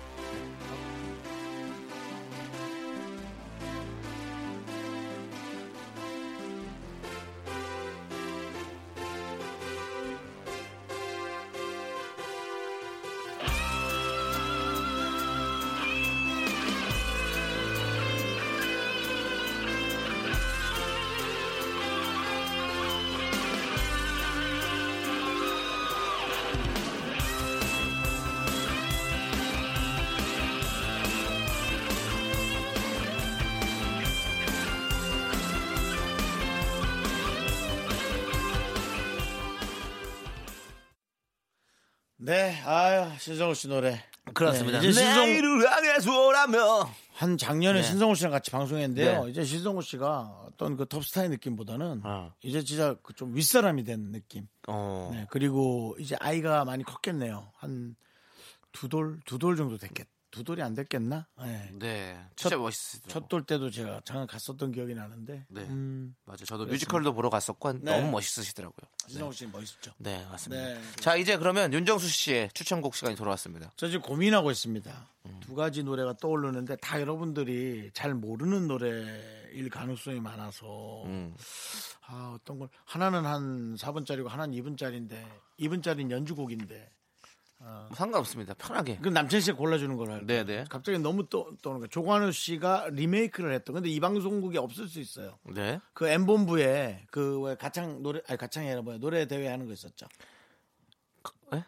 Speaker 1: 네. 아유 신성우 씨 노래.
Speaker 2: 그렇습니다.
Speaker 1: 네, 이제 신성
Speaker 2: 내일을 향해서 오라며
Speaker 1: 한 작년에 신성우 씨랑 같이 방송했는데요.
Speaker 2: 네.
Speaker 1: 이제 신성우 씨가 어떤 그 톱스타의 느낌보다는
Speaker 2: 아.
Speaker 1: 이제 진짜 그좀 윗사람이 된 느낌.
Speaker 2: 어.
Speaker 1: 네, 그리고 이제 아이가 많이 컸겠네요. 한 두 돌, 두 돌 정도 됐겠. 두 돌이 안 됐겠나? 네.
Speaker 2: 네. 진짜 멋있어요.
Speaker 1: 첫 돌 때도 제가 잠깐 갔었던 기억이 나는데.
Speaker 2: 네.
Speaker 1: 음,
Speaker 2: 맞아. 저도 뮤지컬도 보러 갔었고 한-
Speaker 1: 네.
Speaker 2: 너무 멋있으시더라고요.
Speaker 1: 신성우 씨 멋있죠.
Speaker 2: 네, 맞습니다.
Speaker 1: 네.
Speaker 2: 자, 이제 그러면 윤정수 씨의 추천곡 시간이 돌아왔습니다.
Speaker 1: 저 지금 고민하고 있습니다.
Speaker 2: 음.
Speaker 1: 두 가지 노래가 떠오르는데 다 여러분들이 잘 모르는 노래일 가능성이 많아서
Speaker 2: 음.
Speaker 1: 아, 어떤 걸 하나는 한 4분짜리고 하나는 2분짜리인데 2분짜리는 연주곡인데
Speaker 2: 뭐 상관없습니다. 편하게.
Speaker 1: 그럼 남친 씨가 골라주는 걸로 할까요?
Speaker 2: 네, 네.
Speaker 1: 갑자기 너무 또, 떠오는 거예요. 조관우 씨가 리메이크를 했던 근데 이 방송국에 없을 수 있어요.
Speaker 2: 네.
Speaker 1: 그 엠본부에 그 왜 가창 노래 아니 가창이 아니라 뭐야 노래 대회 하는 거 있었죠.
Speaker 2: 예?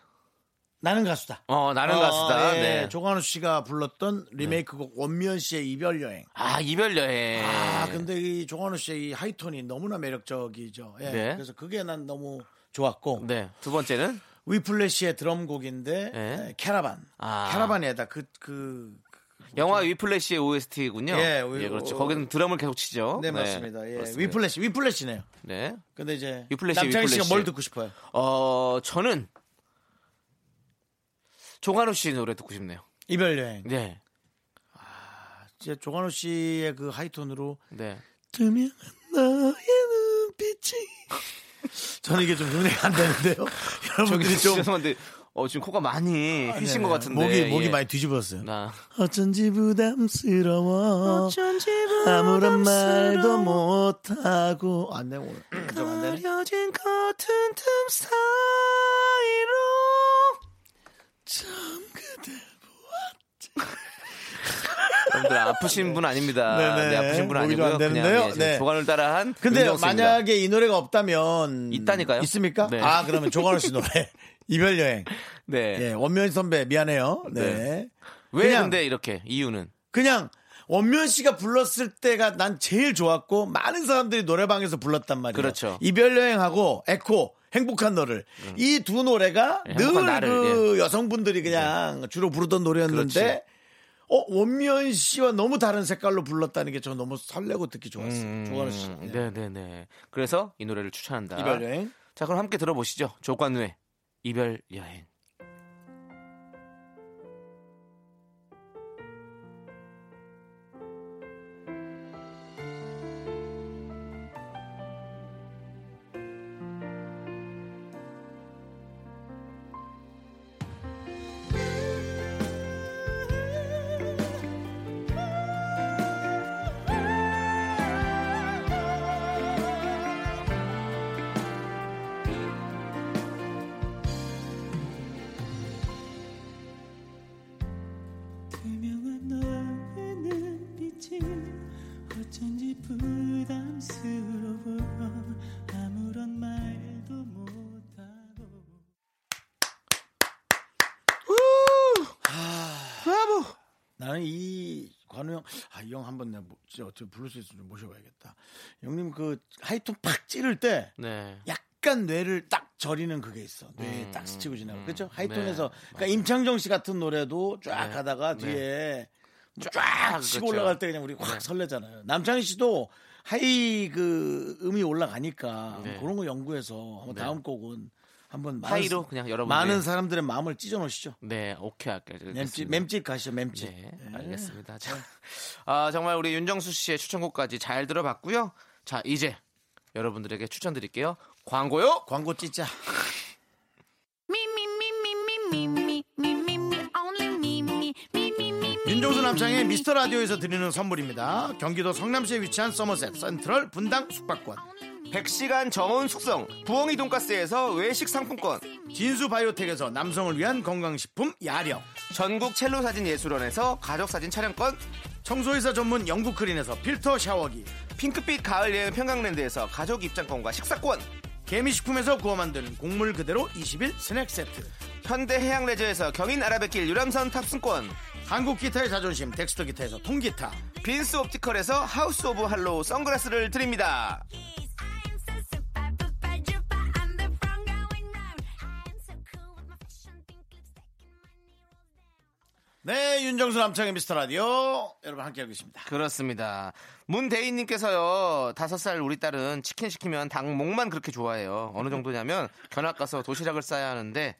Speaker 1: 나는 가수다.
Speaker 2: 어, 나는
Speaker 1: 어,
Speaker 2: 가수다.
Speaker 1: 예,
Speaker 2: 네.
Speaker 1: 조관우 씨가 불렀던 리메이크곡 원면 씨의 이별 여행.
Speaker 2: 아, 이별 여행.
Speaker 1: 아 근데 이 조관우 씨의 이 하이톤이 너무나 매력적이죠. 예.
Speaker 2: 네.
Speaker 1: 그래서 그게 난 너무 좋았고
Speaker 2: 네. 두 번째는
Speaker 1: 위플래시의 드럼곡인데
Speaker 2: 네.
Speaker 1: 예, 캐라반.
Speaker 2: 아.
Speaker 1: 캐라반에다 그그
Speaker 2: 영화 위플래시의 OST군요.
Speaker 1: 그렇죠. 예,
Speaker 2: 예,
Speaker 1: 위-
Speaker 2: 그렇죠.
Speaker 1: 어,
Speaker 2: 거기는 드럼을 계속 치죠.
Speaker 1: 네, 맞습니다. 예.
Speaker 2: 그렇습니다.
Speaker 1: 위플래시, 위플래시네요.
Speaker 2: 네.
Speaker 1: 근데 이제
Speaker 2: 위플래시,
Speaker 1: 남창희 씨가
Speaker 2: 위플래시.
Speaker 1: 뭘 듣고 싶어요?
Speaker 2: 어, 저는 조관우 씨 노래 듣고 싶네요.
Speaker 1: 이별 여행.
Speaker 2: 네.
Speaker 1: 이제 조관호 씨의 그 하이톤으로
Speaker 2: 네.
Speaker 1: 투명한 나의 눈빛이 저는 이게 좀 눈이 안 되는데요. 여러분들이
Speaker 2: 저기
Speaker 1: 좀 아, 네,
Speaker 2: 죄송한데 어, 지금 코가 많이 휘신 것 같은데.
Speaker 1: 목이 목이
Speaker 2: 예.
Speaker 1: 많이 뒤집었어요.
Speaker 2: 나
Speaker 1: 어쩐지 부담스러워.
Speaker 4: 어쩐지
Speaker 1: 아무런 말도 못하고 안 되고 아, 네, 좀 안 되네.
Speaker 4: 가려진 커튼 틈 사이로
Speaker 2: 여러분들 아프신 분 아닙니다.
Speaker 1: 네네.
Speaker 2: 네, 아프신 분
Speaker 1: 목이 좀
Speaker 2: 아니고요.
Speaker 1: 안
Speaker 2: 그냥
Speaker 1: 되는데요?
Speaker 2: 예, 지금
Speaker 1: 네.
Speaker 2: 조관을 따라한
Speaker 1: 근데
Speaker 2: 윤정수입니다.
Speaker 1: 만약에 이 노래가 없다면
Speaker 2: 있다니까요?
Speaker 1: 있습니까?
Speaker 2: 네.
Speaker 1: 아 그러면 조관우 씨 노래 이별 여행.
Speaker 2: 네.
Speaker 1: 예, 원면 선배 미안해요. 네.
Speaker 2: 네. 왜
Speaker 1: 그냥-
Speaker 2: 근데 이렇게 이유는
Speaker 1: 그냥 원면 씨가 불렀을 때가 난 제일 좋았고 많은 사람들이 노래방에서 불렀단 말이에요.
Speaker 2: 그렇죠. 음.
Speaker 1: 이별 여행하고 에코 행복한 너를 이 두 노래가
Speaker 2: 예,
Speaker 1: 늘
Speaker 2: 행복한 나를,
Speaker 1: 그 여성분들이 그냥 주로 부르던 노래였는데
Speaker 2: 그렇지.
Speaker 1: 어 원면 씨와 너무 다른 색깔로 불렀다는 게 저 너무 설레고 듣기 좋았어요. 조관우 씨. 네.
Speaker 2: 음, 네네네. 그래서 이 노래를 추천한다.
Speaker 1: 이별 여행.
Speaker 2: 자 그럼 함께 들어보시죠. 조관우의 이별 여행.
Speaker 6: 투명한 너의 눈빛이 어쩐지 부담스러워 아무런 말도 못하고
Speaker 1: 나는 이 관우 형, 아, 이 형 한번 내가 뭐- 진짜 어떻게 부를 수 있을지 모셔봐야겠다. 형님 그 하이톤 팍 찌를 때
Speaker 2: 네.
Speaker 1: 약간 뇌를 딱 저리는 그게 있어. 뇌에
Speaker 2: 음,
Speaker 1: 딱 스치고 지나가.
Speaker 2: 음,
Speaker 1: 그렇죠?
Speaker 2: 네,
Speaker 1: 하이톤에서 그러니까
Speaker 2: 맞아요.
Speaker 1: 임창정 씨 같은 노래도 쫙
Speaker 2: 네,
Speaker 1: 하다가
Speaker 2: 네.
Speaker 1: 뒤에 뭐
Speaker 2: 쫙
Speaker 1: 쫙 치고
Speaker 2: 그렇죠.
Speaker 1: 올라갈 때 그냥 우리 확
Speaker 2: 네.
Speaker 1: 설레잖아요. 남창희 씨도 하이 그 음이 올라가니까
Speaker 2: 네.
Speaker 1: 그런 거 연구해서 한번
Speaker 2: 네.
Speaker 1: 다음 곡은 한번 많은
Speaker 2: 하이로
Speaker 1: 사-
Speaker 2: 그냥 여러분
Speaker 1: 많은 사람들의 마음을 찢어 놓으시죠.
Speaker 2: 네 오케이 할게요.
Speaker 1: 맴집
Speaker 2: 알겠습니다.
Speaker 1: 맴집 가시죠. 맴집.
Speaker 2: 네,
Speaker 1: 예.
Speaker 2: 알겠습니다. 자, 아, 정말 우리 윤정수 씨의 추천곡까지 잘 들어봤고요. 자, 이제 여러분들에게 추천드릴게요. 광고요.
Speaker 1: 광고 찢자.
Speaker 2: 음.
Speaker 1: 윤종수 남창의 미스터 라디오에서 드리는 선물입니다. 경기도 성남시에 위치한 서머셋 센트럴 분당 숙박권,
Speaker 2: 100시간 정원 숙성 부엉이 돈가스에서 외식 상품권,
Speaker 1: 진수 바이오텍에서 남성을 위한 건강식품 야력,
Speaker 2: 전국 첼로 사진 예술원에서 가족 사진 촬영권,
Speaker 1: 청소회사 전문 영국 크린에서 필터 샤워기,
Speaker 2: 핑크빛 가을 여행 평강랜드에서 가족 입장권과 식사권,
Speaker 1: 개미식품에서 구워 만든 곡물 그대로 20일 스낵 세트,
Speaker 2: 현대 해양 레저에서 경인 아라뱃길 유람선 탑승권,
Speaker 1: 한국 기타의 자존심 덱스터 기타에서 통기타,
Speaker 2: 빈스 옵티컬에서 하우스 오브 할로우 선글라스를 드립니다.
Speaker 1: 네, 윤정수 남창의 미스터 라디오 여러분 함께하고 계십니다.
Speaker 2: 그렇습니다. 문대인님께서요, 다섯 살 우리 딸은 치킨 시키면 닭 목만 그렇게 좋아해요. 어느 정도냐면, 견학 가서 도시락을 싸야 하는데,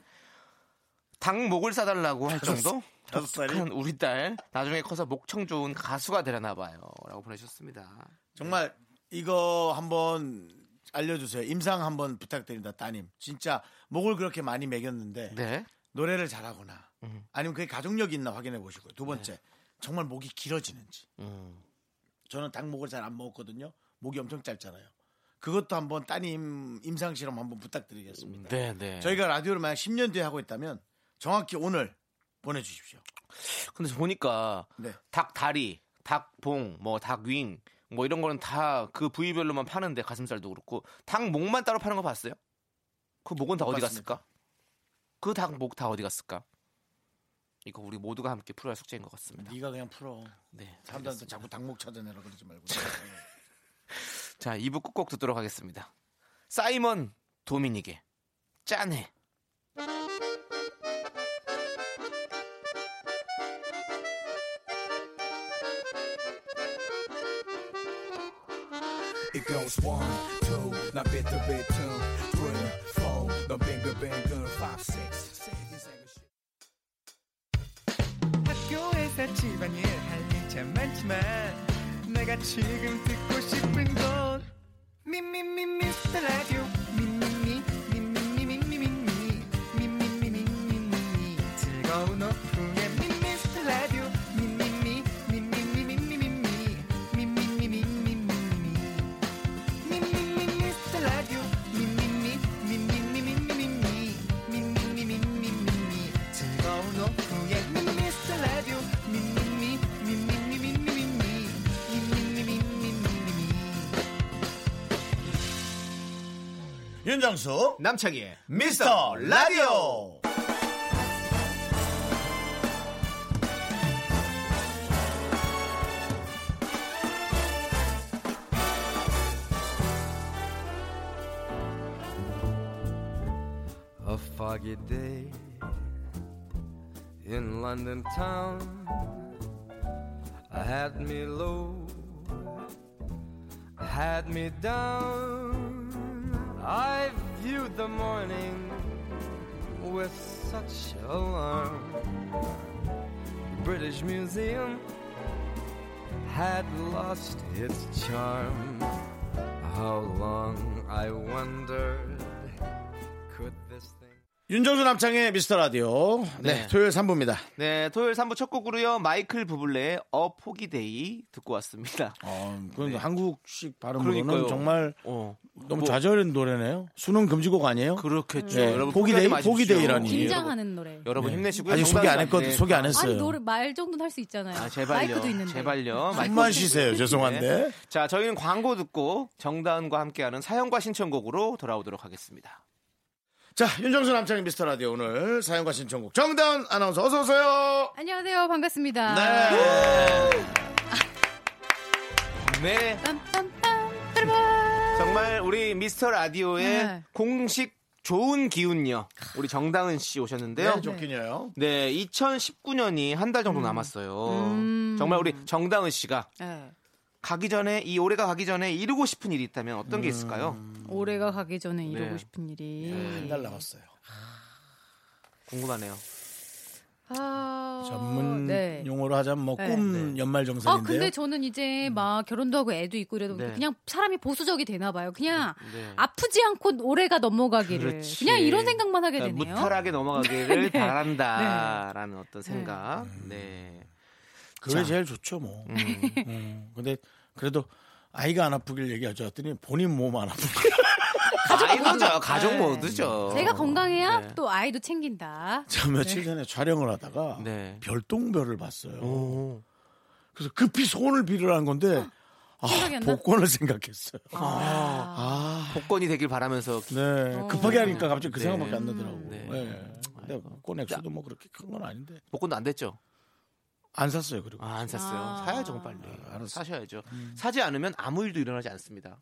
Speaker 2: 닭 목을 싸달라고 할 정도?
Speaker 1: 다섯 살이
Speaker 2: 한 우리 딸, 나중에 커서 목청 좋은 가수가 되려나 봐요. 라고 보내셨습니다.
Speaker 1: 정말 이거 한번 알려주세요. 임상 한번 부탁드립니다, 따님. 진짜 목을 그렇게 많이 먹였는데
Speaker 2: 네.
Speaker 1: 노래를 잘하거나 아니면 그게 가족력이 있나 확인해 보시고요. 두 번째, 정말 목이 길어지는지.
Speaker 2: 음.
Speaker 1: 저는 닭목을 잘 안 먹었거든요. 목이 엄청 짧잖아요. 그것도 한번 따님 임상 실험 한번 부탁드리겠습니다.
Speaker 2: 네, 네.
Speaker 1: 저희가 라디오를 만약 10년 뒤에 하고 있다면 정확히 오늘 보내주십시오.
Speaker 2: 근데 보니까,
Speaker 1: 네.
Speaker 2: 닭 다리, 닭 봉, 뭐, 닭 윙, 뭐 이런 거는 다 그 부위별로만 파는데, 가슴살도 그렇고, 닭 목만 따로 파는 거 봤어요? 그 목은 다
Speaker 1: 못
Speaker 2: 어디
Speaker 1: 봤습니다.
Speaker 2: 갔을까? 그 닭 목 다 어디 갔을까? 이거 우리 모두가 함께 풀어야 할 숙제인 것 같습니다.
Speaker 1: 네가 그냥 풀어.
Speaker 2: 네.
Speaker 1: 사람들한테 자꾸 닭목 찾아내라 그러지 말고.
Speaker 2: 자, 2부 꾹꾹 듣도록 하겠습니다. 사이먼 도미닉의 짠해.
Speaker 7: It goes one, two, 나 비트 비트, three, four, 넌 빙글빙글, five, six.
Speaker 6: 학교에서 집안일 할 일 참 참 많지만 내가 지금 듣고 싶은 건 미미미 미스터 라디오 미미미 미미미 미미미 미미미 미미미 즐거운 오후에 미스터 라디오 미미미 미미미 미미미 미미미 미미미
Speaker 1: 윤정수
Speaker 2: 남창희의
Speaker 1: 미스터 라디오
Speaker 6: A foggy day in London town. I had me low, had me down. I viewed the morning with such alarm. British Museum had lost its charm. How long I wondered could this thing.
Speaker 1: 윤정수 남창의 미스터 라디오 네,
Speaker 2: 네.
Speaker 1: 토요일 3부입니다
Speaker 2: 네, 토요일 3부 첫 곡으로요. 마이클 부블레의 어 포기데이 듣고 왔습니다.
Speaker 1: 어, 그건 한국식 발음으로는
Speaker 2: 그러니까요.
Speaker 1: 정말
Speaker 2: 어.
Speaker 1: 너무
Speaker 2: 뭐,
Speaker 1: 좌절인 노래네요 수능 금지곡 아니에요?
Speaker 2: 그렇겠죠.
Speaker 1: 네,
Speaker 2: 여러분
Speaker 1: 포기데이,
Speaker 2: 포기하지 마십시오.
Speaker 1: 포기데이라니.
Speaker 4: 긴장하는 노래.
Speaker 2: 여러분
Speaker 1: 네.
Speaker 2: 힘내시고요.
Speaker 1: 아직 소개 안 했거든
Speaker 2: 네.
Speaker 1: 소개 안 했어요
Speaker 4: 아니 노래 말 정도는 할 수 있잖아요.
Speaker 2: 아, 제발요.
Speaker 4: 마이크도 있는데.
Speaker 2: 제발요. 마이크
Speaker 1: 한만 쉬세요
Speaker 2: 네.
Speaker 1: 죄송한데
Speaker 2: 자, 저희는 광고 듣고 정다은과 함께하는 사연과 신청곡으로 돌아오도록 하겠습니다.
Speaker 1: 자 윤정수 남창의 미스터 라디오 오늘 사연과 신청곡 정다운 아나운서 어서오세요
Speaker 4: 안녕하세요. 반갑습니다.
Speaker 1: 네.
Speaker 2: 네.
Speaker 4: 빰빰빰 빠라밤.
Speaker 2: 정말 우리 미스터 라디오의
Speaker 4: 네.
Speaker 2: 공식 좋은 기운요. 우리 정다은 씨 오셨는데요.
Speaker 1: 네, 좋긴요.
Speaker 2: 네, 2019년이 한 달 정도 남았어요.
Speaker 4: 음.
Speaker 2: 정말 우리 정다은 씨가
Speaker 4: 네.
Speaker 2: 가기 전에 이 올해가 가기 전에 이루고 싶은 일이 있다면 어떤
Speaker 4: 음.
Speaker 2: 게 있을까요?
Speaker 4: 올해가 가기 전에 이루고
Speaker 2: 네.
Speaker 4: 싶은 일이
Speaker 1: 한달 남았어요.
Speaker 2: 궁금하네요.
Speaker 4: 아,
Speaker 1: 전문
Speaker 4: 네.
Speaker 1: 용어로 하자면 뭐
Speaker 4: 네.
Speaker 1: 꿈 연말
Speaker 4: 아
Speaker 1: 정산인데요.
Speaker 4: 근데 저는 이제 막 결혼도 하고 애도 있고 이러다
Speaker 2: 음.
Speaker 4: 보니까
Speaker 2: 네.
Speaker 4: 그냥 사람이 보수적이 되나 봐요. 그냥
Speaker 2: 네.
Speaker 4: 아프지 않고 올해가 넘어가기를
Speaker 2: 그렇지.
Speaker 4: 그냥 이런 생각만 하게
Speaker 2: 그러니까
Speaker 4: 되네요.
Speaker 2: 무탈하게 넘어가기를
Speaker 4: 네.
Speaker 2: 바란다라는 어떤 생각. 네.
Speaker 1: 그게 제일 좋죠 뭐. 음. 근데 그래도 아이가 안 아프길 얘기하자더니 본인 몸 안 아프고
Speaker 2: 가족 모드죠. 가족 모드죠.
Speaker 4: 네. 제가 건강해야
Speaker 2: 네.
Speaker 4: 또 아이도 챙긴다.
Speaker 1: 저 며칠
Speaker 4: 네.
Speaker 1: 전에 촬영을 하다가
Speaker 2: 네.
Speaker 1: 별똥별을 봤어요. 그래서 급히 소원을 빌으라는 건데 아,
Speaker 4: 생각이 안 나?
Speaker 1: 복권을 생각했어요.
Speaker 4: 아,
Speaker 2: 복권이 되길 바라면서
Speaker 1: 네 급하게 하니까 갑자기 그 생각밖에 안 나더라고.
Speaker 2: 어, 네.
Speaker 1: 네. 근데 복권 액수도 뭐 그렇게 큰 건 아닌데
Speaker 2: 복권도 안 됐죠.
Speaker 1: 안 샀어요 그리고.
Speaker 2: 아, 안 샀어요.
Speaker 4: 아.
Speaker 2: 사야죠, 빨리.
Speaker 1: 알았어. 음.
Speaker 2: 사셔야죠. 사지 않으면 아무 일도 일어나지 않습니다.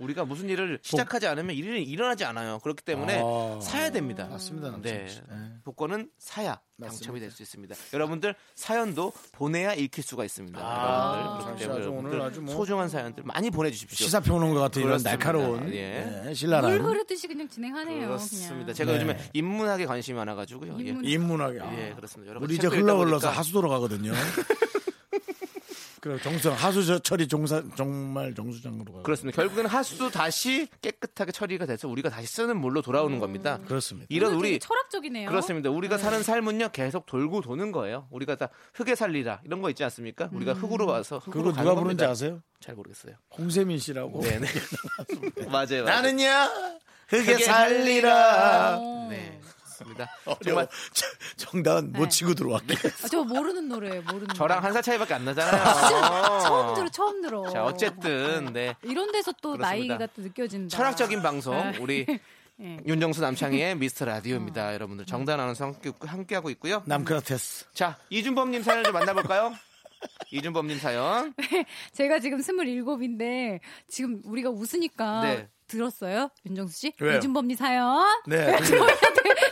Speaker 2: 우리가 무슨 일을 시작하지 않으면 일이 일어나지 않아요. 그렇기 때문에
Speaker 1: 아.
Speaker 2: 사야 됩니다.
Speaker 1: 맞습니다, 남창희
Speaker 2: 네.
Speaker 1: 씨. 네.
Speaker 2: 복권은 사야 당첨이 될 수 있습니다. 여러분들 사연도 보내야 읽힐 수가 있습니다. 여러분들
Speaker 1: 아, 잠시
Speaker 2: 그렇기 때문에
Speaker 1: 아주 오늘
Speaker 2: 여러분들
Speaker 1: 아주 뭐-
Speaker 2: 소중한 사연들 많이 보내주십시오.
Speaker 1: 시사평론가 같은 이런
Speaker 2: 그렇습니다.
Speaker 1: 날카로운
Speaker 2: 예.
Speaker 1: 네,
Speaker 4: 물
Speaker 1: 신랄한
Speaker 4: 흐르듯이 그냥 진행하네요.
Speaker 2: 그렇습니다.
Speaker 4: 그냥.
Speaker 2: 제가
Speaker 1: 네.
Speaker 2: 요즘에 인문학에 관심이 많아가지고요. 예.
Speaker 4: 인문-
Speaker 1: 인문학이
Speaker 2: 예, 그렇습니다. 여러
Speaker 1: 아, 우리
Speaker 2: 가지
Speaker 1: 이제
Speaker 2: 책도
Speaker 1: 흘러
Speaker 2: 읽다
Speaker 1: 흘러서
Speaker 2: 보니까
Speaker 1: 하수도로 가거든요. 그 정성 하수 처리 종사 정말 정수장으로 가.
Speaker 2: 그렇습니다. 결국은 하수도 다시 깨끗하게 처리가 돼서 우리가 다시 쓰는 물로 돌아오는 겁니다.
Speaker 1: 그렇습니다.
Speaker 2: 이런
Speaker 4: 오늘 되게
Speaker 2: 우리
Speaker 4: 철학적이네요.
Speaker 2: 그렇습니다. 우리가 사는 삶은요 계속 돌고 도는 거예요. 우리가 다 흙에 살리라 이런 거 있지 않습니까? 우리가 흙으로 와서 흙으로
Speaker 1: 그거
Speaker 2: 가는
Speaker 1: 누가 부르는지
Speaker 2: 겁니다.
Speaker 1: 아세요?
Speaker 2: 잘 모르겠어요.
Speaker 1: 홍세민 씨라고.
Speaker 2: 네네. 어, 맞아요. 맞아요.
Speaker 1: 나는야 흙에
Speaker 2: 흙에
Speaker 1: 살리라.
Speaker 4: 어.
Speaker 2: 네. 그렇습니다.
Speaker 1: 어려워.
Speaker 2: 정말
Speaker 1: 정다은 못
Speaker 4: 네.
Speaker 1: 치고 들어왔게.
Speaker 4: 아, 저 모르는 노래예요. 모르는.
Speaker 2: 저랑
Speaker 4: 노래.
Speaker 2: 한 살 차이밖에 안
Speaker 4: 진짜 처음
Speaker 2: 나잖아요.
Speaker 4: 들어 처음 들어.
Speaker 2: 자 어쨌든 네
Speaker 4: 이런 데서 또
Speaker 2: 그렇습니다.
Speaker 4: 나이가 또 느껴진다.
Speaker 2: 철학적인 방송 우리
Speaker 4: 예.
Speaker 2: 윤정수 남창희의 미스터 라디오입니다. 여러분들 정단 아나운서 함께, 함께하고 있고요.
Speaker 1: 남크라테스.
Speaker 2: 자 이준범님 사연을 좀 만나볼까요? 이준범님 사연.
Speaker 4: 제가 지금 27인데 지금 우리가 웃으니까
Speaker 2: 네.
Speaker 8: 들었어요? 윤정수 씨?
Speaker 1: 왜요?
Speaker 8: 이준범님 사연?
Speaker 1: 네.
Speaker 8: 들어야 돼.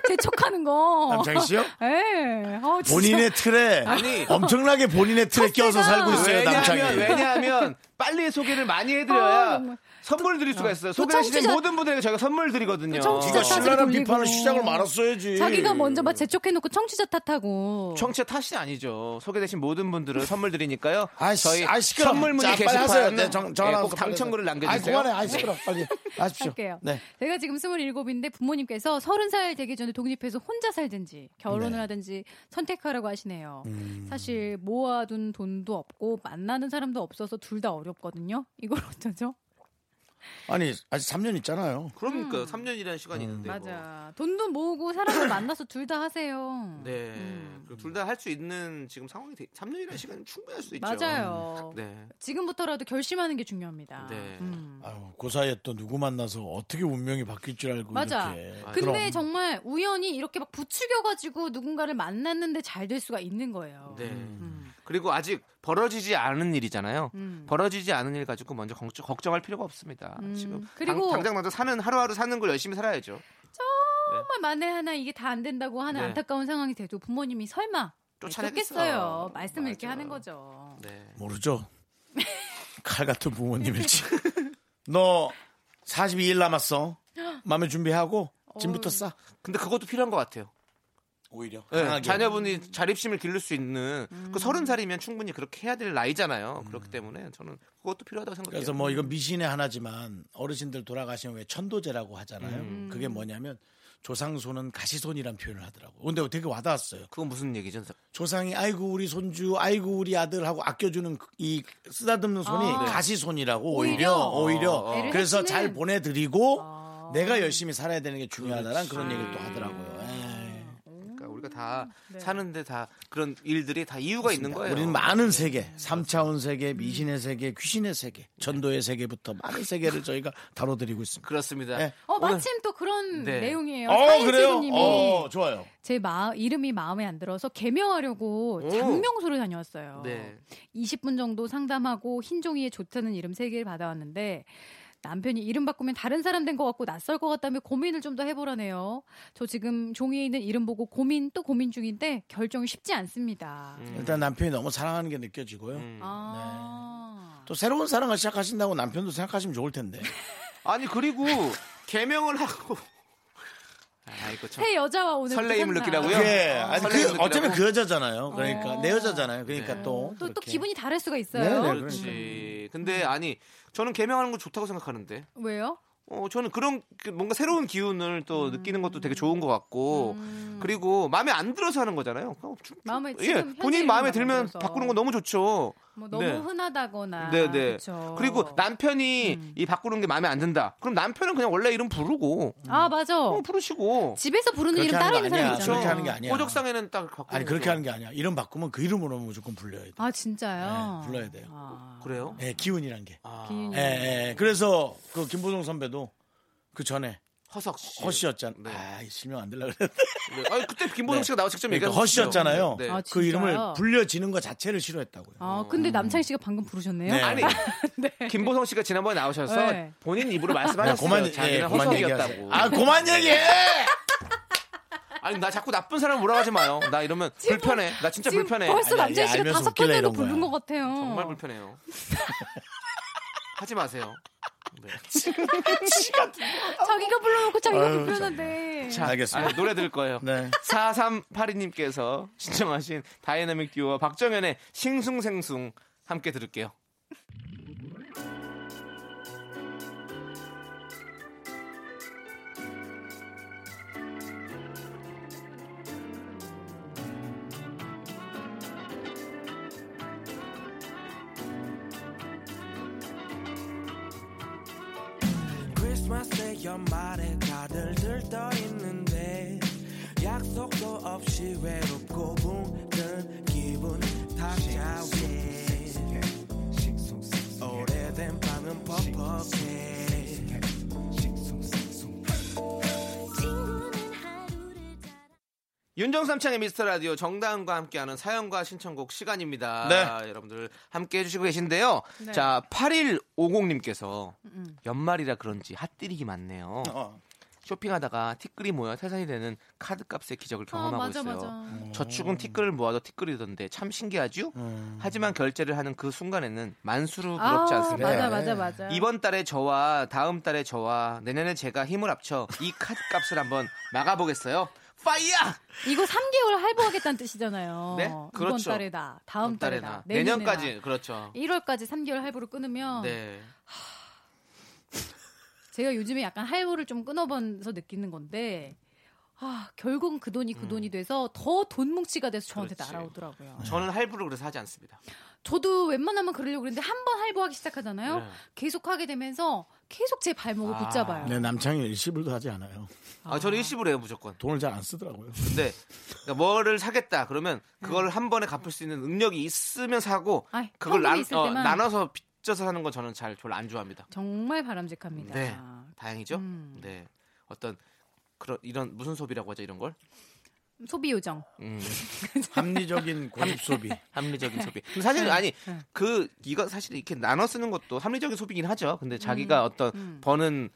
Speaker 8: 재촉하는 거.
Speaker 1: 남창희 씨요?
Speaker 8: 예. 어, 진짜.
Speaker 1: 본인의 틀에
Speaker 2: 아니.
Speaker 1: 엄청나게 본인의 틀에 끼어서 살고 있어요 남창이.
Speaker 2: 왜냐하면 왜냐하면 빨리 소개를 많이 해드려야
Speaker 8: 아, 정말. 아. 그
Speaker 2: 선물을 드릴 수가 있어요. 소개하시는
Speaker 8: 청취자- 그
Speaker 2: 모든 분들에게 저희가 선물을 드리거든요.
Speaker 8: 청취자
Speaker 1: 네가
Speaker 8: 사진
Speaker 1: 신랄한
Speaker 8: 돌리고.
Speaker 1: 비판을 시작을 말았어야지.
Speaker 8: 자기가 먼저
Speaker 1: 음.
Speaker 8: 막 재촉해놓고 청취자 탓하고.
Speaker 2: 청취자 탓이 아니죠. 소개되신 모든 분들은 선물 드리니까요.
Speaker 1: 아이, 씨,
Speaker 2: 저희
Speaker 1: 아이, 시끄러.
Speaker 2: 선물 문의
Speaker 1: 자, 빨리 하세요.
Speaker 2: 게시판
Speaker 1: 네, 정, 정,
Speaker 2: 예, 꼭 당첨글을 남겨주세요. 네.
Speaker 1: 아, 그만해. 아, 시끄러. 빨리 하십시오.
Speaker 8: 할게요.
Speaker 1: 네.
Speaker 8: 제가 지금 27인데 부모님께서 30살 되기 전에 독립해서 혼자 살든지 결혼을
Speaker 2: 네.
Speaker 8: 하든지 선택하라고 하시네요.
Speaker 2: 음.
Speaker 8: 사실 모아둔 돈도 없고 만나는 사람도 없어서 둘 다 어렵거든요. 이걸 어쩌죠?
Speaker 1: 아니 아직 3년 있잖아요.
Speaker 2: 그러니까 요 3년이라는 시간이 있는데. 뭐.
Speaker 8: 음. 맞아. 돈도 모으고 사람을 만나서 둘 다 하세요.
Speaker 2: 네.
Speaker 8: 음.
Speaker 2: 둘 다 할 수 있는 지금 상황이 되, 3년이라는 시간은 충분할 수 있죠.
Speaker 8: 맞아요.
Speaker 1: 음.
Speaker 2: 네.
Speaker 8: 지금부터라도 결심하는 게 중요합니다.
Speaker 2: 네.
Speaker 8: 음.
Speaker 1: 아유, 그 사이에 또 누구 만나서 어떻게 운명이 바뀔 줄 알고
Speaker 8: 맞아.
Speaker 1: 이렇게.
Speaker 8: 근데
Speaker 1: 그럼.
Speaker 8: 정말 우연히 이렇게 막 부추겨가지고 누군가를 만났는데 잘 될 수가 있는 거예요.
Speaker 2: 네.
Speaker 8: 음.
Speaker 2: 그리고 아직 벌어지지 않은 일이잖아요.
Speaker 8: 음.
Speaker 2: 벌어지지 않은 일 가지고 먼저 걱정, 걱정할 필요가 없습니다.
Speaker 8: 음.
Speaker 2: 지금
Speaker 8: 그리고-
Speaker 2: 당, 장 먼저 사는 하루하루 사는 걸 열심히 살아야죠.
Speaker 8: 정말 만에 하나 이게 다 안 된다고 하는
Speaker 2: 네.
Speaker 8: 안타까운 상황이 돼도 부모님이 설마
Speaker 2: 쫓아내겠어.
Speaker 8: 쫓겠어요. 네, 말씀을
Speaker 2: 맞아.
Speaker 8: 이렇게 하는 거죠.
Speaker 2: 네.
Speaker 1: 모르죠. 칼 같은 부모님일지. 너 42일 남았어. 마음의 준비하고
Speaker 8: 어,
Speaker 1: 짐부터 싸.
Speaker 2: 근데 그것도 필요한 것 같아요.
Speaker 1: 오히려
Speaker 2: 네,
Speaker 1: 강하게.
Speaker 2: 자녀분이 자립심을 기를 수 있는
Speaker 8: 음.
Speaker 2: 그 서른 살이면 충분히 그렇게 해야 될 나이잖아요. 그렇기 때문에 저는 그것도 필요하다고 생각해요.
Speaker 1: 음. 그래서 뭐 이건 미신의 하나지만 어르신들 돌아가시면 왜 천도제라고 하잖아요. 그게 뭐냐면 조상손은 가시손이란 표현을 하더라고. 요 근데 되게 와닿았어요.
Speaker 2: 그건 무슨 얘기죠?
Speaker 1: 조상이 아이고 우리 손주, 아이고 우리 아들 하고 아껴주는 그- 이 쓰다듬는 손이
Speaker 8: 아.
Speaker 1: 가시손이라고
Speaker 8: 오히려.
Speaker 1: 네. 오히려 아. 오히려
Speaker 2: 어,
Speaker 8: 애를
Speaker 1: 그래서
Speaker 8: 해치는.
Speaker 1: 잘 보내드리고
Speaker 8: 아.
Speaker 1: 내가 열심히 살아야 되는 게 중요하다는 그런 얘기를 또 하더라고요. 예.
Speaker 8: 음,
Speaker 2: 그러니까 우리가 다
Speaker 8: 네.
Speaker 2: 사는데 다 그런 일들이 다 이유가 있는 거예요. 네,
Speaker 1: 우리는 많은 세계, 삼차원 세계, 미신의 세계, 귀신의 세계, 전도의 세계부터 많은 세계를 저희가 다뤄드리고 있습니다.
Speaker 2: 그렇습니다.
Speaker 1: 네.
Speaker 8: 어, 마침 또 그런
Speaker 2: 네.
Speaker 8: 내용이에요.
Speaker 1: 어,
Speaker 8: 사인세구님이
Speaker 1: 어, 좋아요.
Speaker 8: 제 마, 이름이 마음에 안 들어서 개명하려고
Speaker 2: 오.
Speaker 8: 장명소를 다녀왔어요.
Speaker 2: 네.
Speaker 8: 20분 정도 상담하고 흰 종이에 좋다는 이름 세개를 받아왔는데 남편이 이름 바꾸면 다른 사람 된 것 같고 낯설 것 같다며 고민을 좀 더 해보라네요. 저 지금 종이에 있는 이름 보고 고민 또 고민 중인데 결정이 쉽지 않습니다.
Speaker 2: 음.
Speaker 1: 일단 남편이 너무 사랑하는 게 느껴지고요.
Speaker 8: 아.
Speaker 1: 또 새로운 사랑을 시작하신다고 남편도 생각하시면 좋을 텐데.
Speaker 2: 아니 그리고 개명을 하고 아 이거 참
Speaker 8: 새 여자와 오늘 네.
Speaker 2: 설레임을
Speaker 8: 부산나.
Speaker 2: 느끼라고요?
Speaker 1: 그게 아니,
Speaker 2: 설레는
Speaker 1: 그
Speaker 2: 분들하고. 어.
Speaker 1: 어차면 그 여자잖아요. 그러니까 내 여자잖아요. 그러니까
Speaker 2: 네.
Speaker 1: 또,
Speaker 8: 또, 또
Speaker 1: 그렇게.
Speaker 8: 기분이 다를 수가
Speaker 1: 네,
Speaker 8: 있어요. 음.
Speaker 1: 네.
Speaker 2: 그렇지. 근데 아니 저는 개명하는 건 좋다고 생각하는데
Speaker 8: 왜요?
Speaker 2: 어, 저는 그런 그 뭔가 새로운 기운을
Speaker 8: 음.
Speaker 2: 또 느끼는 것도 되게 좋은 것 같고 그리고 마음에 안 들어서 하는 거잖아요. 그럼 좀-
Speaker 8: 마음에
Speaker 2: 예,
Speaker 8: 음. 네, 지금
Speaker 2: 본인
Speaker 8: 현재의
Speaker 2: 마음에
Speaker 8: 마음에
Speaker 2: 들면
Speaker 8: 들어서.
Speaker 2: 바꾸는 건 너무 좋죠.
Speaker 8: 뭐 너무
Speaker 2: 네.
Speaker 8: 흔하다거나
Speaker 2: 네네.
Speaker 8: 그쵸. 음.
Speaker 2: 그리고 남편이 이 바꾸는 게 마음에 안 든다. 그럼 남편은 그냥 원래 이름 부르고
Speaker 8: 아 맞아
Speaker 2: 어, 부르시고
Speaker 8: 집에서 부르는
Speaker 1: 그렇게
Speaker 8: 이름
Speaker 1: 하는
Speaker 8: 따로
Speaker 1: 거
Speaker 8: 있는 사람
Speaker 1: 아니야.
Speaker 8: 있잖아요.
Speaker 1: 그렇게 하는 게 아니야.
Speaker 2: 호적상에는 딱 바꾸는
Speaker 1: 아니 그렇게
Speaker 2: 거.
Speaker 1: 하는 게 아니야. 이름 바꾸면 그 이름으로 무조건 불려야 돼.
Speaker 8: 아 진짜요?
Speaker 1: 네, 불러야 돼요.
Speaker 8: 아,
Speaker 2: 그래요?
Speaker 1: 예, 기운이란 게.
Speaker 2: 아,
Speaker 8: 기운이.
Speaker 1: 예, 예. 그래서 그 김보성 선배도 그 전에
Speaker 2: 허석 씨.
Speaker 1: 허씨였잖아.
Speaker 2: 네.
Speaker 1: 아, 실명 안 들려 그래.
Speaker 2: 네. 아니, 그때 김보성
Speaker 1: 네.
Speaker 2: 씨가 나와 직접
Speaker 1: 그러니까
Speaker 2: 얘기했어요.
Speaker 1: 허씨였잖아요.
Speaker 2: 네.
Speaker 8: 아,
Speaker 1: 그
Speaker 8: 진짜요?
Speaker 1: 이름을 불려지는 것 자체를 싫어했다고요.
Speaker 8: 아 근데 남창희 씨가 방금 부르셨네요.
Speaker 1: 음. 네.
Speaker 2: 아니 김보성 씨가 지난번에 나오셔서
Speaker 8: 네.
Speaker 2: 본인 입으로
Speaker 1: 네,
Speaker 2: 말씀하셨어요.
Speaker 1: 고만 예,
Speaker 2: 자기는
Speaker 1: 고만
Speaker 2: 허석이었다고.
Speaker 1: 얘기하세요. 아, 고만 얘기해.
Speaker 2: 아니 나 자꾸 나쁜 사람 뭐라 하지 마요. 나 이러면 불편해. 나 진짜
Speaker 8: 지금
Speaker 2: 불편해.
Speaker 8: 벌써
Speaker 1: 아니, 아니,
Speaker 8: 남창희 씨가
Speaker 1: 알면서
Speaker 8: 다섯
Speaker 1: 웃길래
Speaker 8: 번째로
Speaker 1: 이런 거야.
Speaker 8: 부른 것 같아요.
Speaker 2: 정말 불편해요. 하지 마세요. 네.
Speaker 8: 자기가 불러놓고 자기가
Speaker 1: 아유,
Speaker 8: 불편한데.
Speaker 1: 자, 알겠습니다.
Speaker 2: 아, 노래 들을 거예요.
Speaker 1: 네.
Speaker 2: 4382님께서 신청하신 다이나믹 듀오와 박정현의 싱숭생숭 함께 들을게요.
Speaker 7: 크리스마스에 연말에 다들 들떠 있는데 약속도 없이 외롭고 붕든 기분 탁자위 오래된 방은 퍽퍽해
Speaker 2: 윤정삼창의 미스터 라디오 정다은과 함께하는 사연과 신청곡 시간입니다.
Speaker 1: 네.
Speaker 2: 여러분들 함께 해주시고 계신데요.
Speaker 8: 네.
Speaker 2: 자, 8150님께서
Speaker 8: 음.
Speaker 2: 연말이라 그런지 핫딜이 많네요.
Speaker 1: 어.
Speaker 2: 쇼핑하다가 티끌이 모여 태산이 되는 카드값의 기적을 경험하고
Speaker 8: 맞아,
Speaker 2: 있어요.
Speaker 8: 맞아.
Speaker 2: 저축은 티끌을 모아도 티끌이던데 참 신기하죠?
Speaker 1: 음.
Speaker 2: 하지만 결제를 하는 그 순간에는 만수르 부럽지
Speaker 8: 아,
Speaker 2: 않습니다.
Speaker 8: 맞아, 맞아, 맞아.
Speaker 2: 이번 달에 저와 다음 달에 저와 내년에 제가 힘을 합쳐 이 카드값을 한번 막아보겠어요. 파이어!
Speaker 8: 이거 3개월 할부하겠다는 뜻이잖아요.
Speaker 2: 네?
Speaker 8: 이번
Speaker 2: 그렇죠.
Speaker 8: 달에 나, 다음 달에 나, 어. 내년에
Speaker 2: 내년까지 그렇죠.
Speaker 8: 나. 1월까지 3개월 할부를 끊으면
Speaker 2: 네.
Speaker 8: 제가 요즘에 약간 할부를 좀 끊어보면서 느끼는 건데 아, 결국은 그 돈이 그 돈이 돼서 더 돈 뭉치가 돼서 저한테
Speaker 2: 음. 그렇지.
Speaker 8: 날아오더라고요.
Speaker 2: 저는 할부를 그래서 하지 않습니다.
Speaker 8: 저도 웬만하면 그러려고 그랬는데 한 번 할부하기 시작하잖아요.
Speaker 2: 네.
Speaker 8: 계속 하게 되면서 계속 제 발목을
Speaker 2: 아.
Speaker 8: 붙잡아요.
Speaker 1: 네, 남창이 일시불도 하지 않아요.
Speaker 2: 아, 저는 일시불 해요 무조건.
Speaker 1: 돈을 잘 안 쓰더라고요.
Speaker 2: 근데 그러니까 뭐를 사겠다 그러면 그걸 한 번에 갚을 수 있는 능력이 있으면 사고
Speaker 8: 네. 아이,
Speaker 2: 그걸 어,
Speaker 8: 현금이
Speaker 2: 나,
Speaker 8: 있을 때만.
Speaker 2: 눠서 빚져서 사는 건 저는 잘 별로 안 좋아합니다.
Speaker 8: 정말 바람직합니다.
Speaker 2: 네. 다행이죠.
Speaker 8: 음.
Speaker 2: 네. 어떤 그런 이런 무슨 소비라고 하죠 이런 걸?
Speaker 8: 소비 요정.
Speaker 2: 음,
Speaker 1: 합리적인 고집 소비.
Speaker 2: 합리적인 소비. 근데
Speaker 8: 네.
Speaker 2: 사실 아니 그 이거 사실 이렇게 나눠 쓰는 것도 합리적인 소비긴 하죠. 근데
Speaker 8: 음.
Speaker 2: 자기가 어떤 버는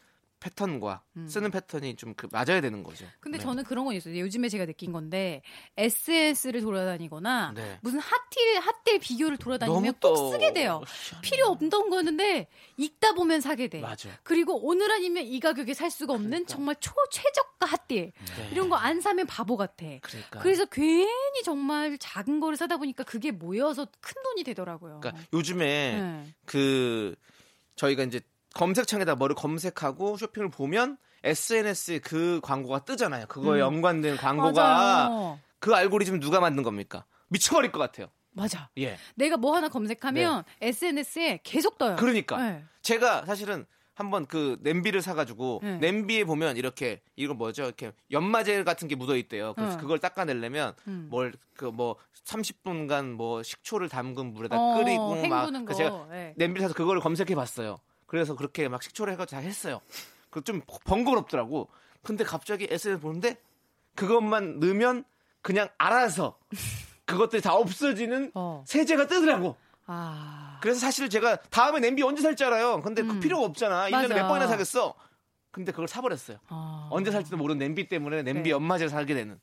Speaker 2: 패턴과 쓰는 패턴이 좀 그 맞아야 되는 거죠.
Speaker 8: 근데
Speaker 2: 네.
Speaker 8: 저는 그런 건 있어요. 요즘에 제가 느낀 건데 SNS를 돌아다니거나
Speaker 2: 네.
Speaker 8: 무슨 핫딜 핫딜 비교를 돌아다니면
Speaker 2: 너무
Speaker 8: 꼭
Speaker 2: 또
Speaker 8: 쓰게 돼요. 필요 없던 거였는데 읽다 보면 사게 돼.
Speaker 2: 맞아. 그러니까.
Speaker 8: 그리고 오늘 아니면 이 가격에 살 수가 없는 정말 초 최저가 핫딜 이런 거 안 사면 바보 같아.
Speaker 2: 네. 그러니까.
Speaker 8: 그래서 괜히 정말 작은 거를 사다 보니까 그게 모여서 큰 돈이 되더라고요.
Speaker 2: 그러니까 요즘에
Speaker 8: 네.
Speaker 2: 그 저희가 이제 검색창에다 뭐를 검색하고 쇼핑을 보면 SNS에 그 광고가 뜨잖아요. 그거에 연관된 광고가
Speaker 8: 음. 맞아요.
Speaker 2: 그 알고리즘 누가 만든 겁니까? 미쳐버릴 것 같아요.
Speaker 8: 맞아.
Speaker 2: 예.
Speaker 8: 내가 뭐 하나 검색하면 SNS에 계속 떠요.
Speaker 2: 네. 그러니까
Speaker 8: 네.
Speaker 2: 제가 사실은 한번 그 냄비를 사가지고
Speaker 8: 네.
Speaker 2: 냄비에 보면 이렇게 이거 뭐죠? 이렇게 연마젤 같은 게 묻어 있대요. 그래서
Speaker 8: 어.
Speaker 2: 그걸 닦아내려면
Speaker 8: 음.
Speaker 2: 뭘 그 뭐 30분간 뭐 식초를 담근 물에다
Speaker 8: 어,
Speaker 2: 끓이고 막
Speaker 8: 헹구는
Speaker 2: 그래서
Speaker 8: 거.
Speaker 2: 제가
Speaker 8: 네.
Speaker 2: 냄비를 사서 그걸 검색해 봤어요. 그래서 그렇게 막 식초를 해가지고 다 했어요. 그좀 번거롭더라고. 근데 갑자기 SNS 보는데 그것만 넣으면 그냥 알아서 그것들이 다 없어지는
Speaker 8: 어.
Speaker 2: 세제가 뜨더라고.
Speaker 8: 아.
Speaker 2: 그래서 사실 제가 다음에 냄비 언제 살지 알아요. 근데 그 필요가 없잖아. 일년에
Speaker 8: 음. 맞아.
Speaker 2: 몇 번이나 사겠어. 근데 그걸 사버렸어요.
Speaker 8: 아.
Speaker 2: 언제 살지도 모르는 냄비 때문에 냄비
Speaker 8: 네.
Speaker 2: 연마제를 살게 되는.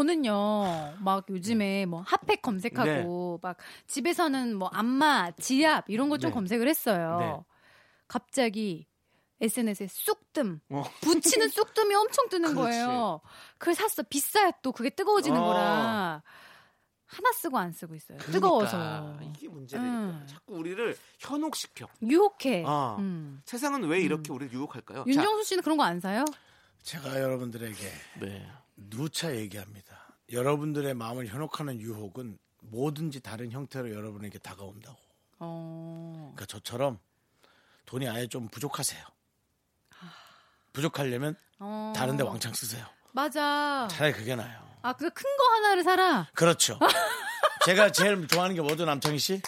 Speaker 8: 저는요, 막
Speaker 2: 네.
Speaker 8: 요즘에 뭐 핫팩 검색하고, 막 집에서는 뭐 안마, 지압 이런 거 좀
Speaker 2: 네.
Speaker 8: 검색을 했어요.
Speaker 2: 네.
Speaker 8: 갑자기 SNS에 쑥뜸,
Speaker 2: 어.
Speaker 8: 붙이는 쑥뜸이 엄청 뜨는
Speaker 2: 그렇지.
Speaker 8: 거예요. 그걸 샀어. 비싸요 또. 그게 뜨거워지는
Speaker 2: 어.
Speaker 8: 거라. 하나 쓰고 안 쓰고 있어요. 뜨거워서.
Speaker 2: 그러니까 이게 그렇죠. 문제니까
Speaker 8: 음.
Speaker 2: 자꾸 우리를 현혹시켜.
Speaker 8: 유혹해.
Speaker 2: 아.
Speaker 8: 음.
Speaker 2: 세상은 왜 이렇게 우리를 유혹할까요? 자,
Speaker 8: 윤정수 씨는 그런 거 안 사요?
Speaker 1: 제가 여러분들에게
Speaker 2: 네.
Speaker 1: 누차 얘기합니다. 여러분들의 마음을 현혹하는 유혹은 뭐든지 다른 형태로 여러분에게 다가온다고.
Speaker 8: 어.
Speaker 1: 그러니까 저처럼 돈이 아예 좀 부족하세요. 부족하려면
Speaker 8: 어.
Speaker 1: 다른데 왕창 쓰세요.
Speaker 8: 맞아.
Speaker 1: 차라리 그게 나아요.
Speaker 8: 아, 그 큰 거 하나를 사라.
Speaker 1: 그렇죠. 제가 제일 좋아하는 게 뭐죠, 남창희 씨?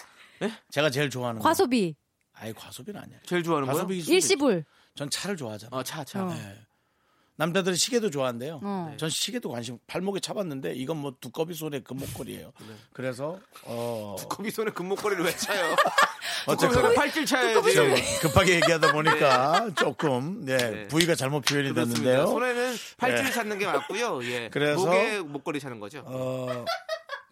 Speaker 1: 제가 제일 좋아하는 거.
Speaker 8: 네? 과소비.
Speaker 1: 아예 과소비는 아니야.
Speaker 2: 제일 좋아하는 거요?
Speaker 1: 과소비일 수도 있죠.
Speaker 8: 일시불.
Speaker 1: 전 차를 좋아하잖아.
Speaker 2: 어, 차, 차.
Speaker 8: 어.
Speaker 1: 네. 남자들은 시계도 좋아한대요. 네.
Speaker 8: 어.
Speaker 1: 전 시계도 관심. 발목에 차봤는데 이건 뭐 두꺼비 손의 금목걸이에요.
Speaker 2: 네.
Speaker 1: 그래서 어
Speaker 2: 거미 손에 금목걸이를 왜 차요?
Speaker 1: 어쨌든
Speaker 2: 거미 팔찌 차야지.
Speaker 1: 급하게 얘기하다 보니까 조금 네,
Speaker 2: 네.
Speaker 1: 부위가 잘못 표현이
Speaker 2: 그렇습니다.
Speaker 1: 됐는데요.
Speaker 2: 손에는 팔찌를
Speaker 1: 네.
Speaker 2: 찾는 게 맞고요. 예.
Speaker 1: 그래서-
Speaker 2: 목에 목걸이 차는 거죠.
Speaker 1: 어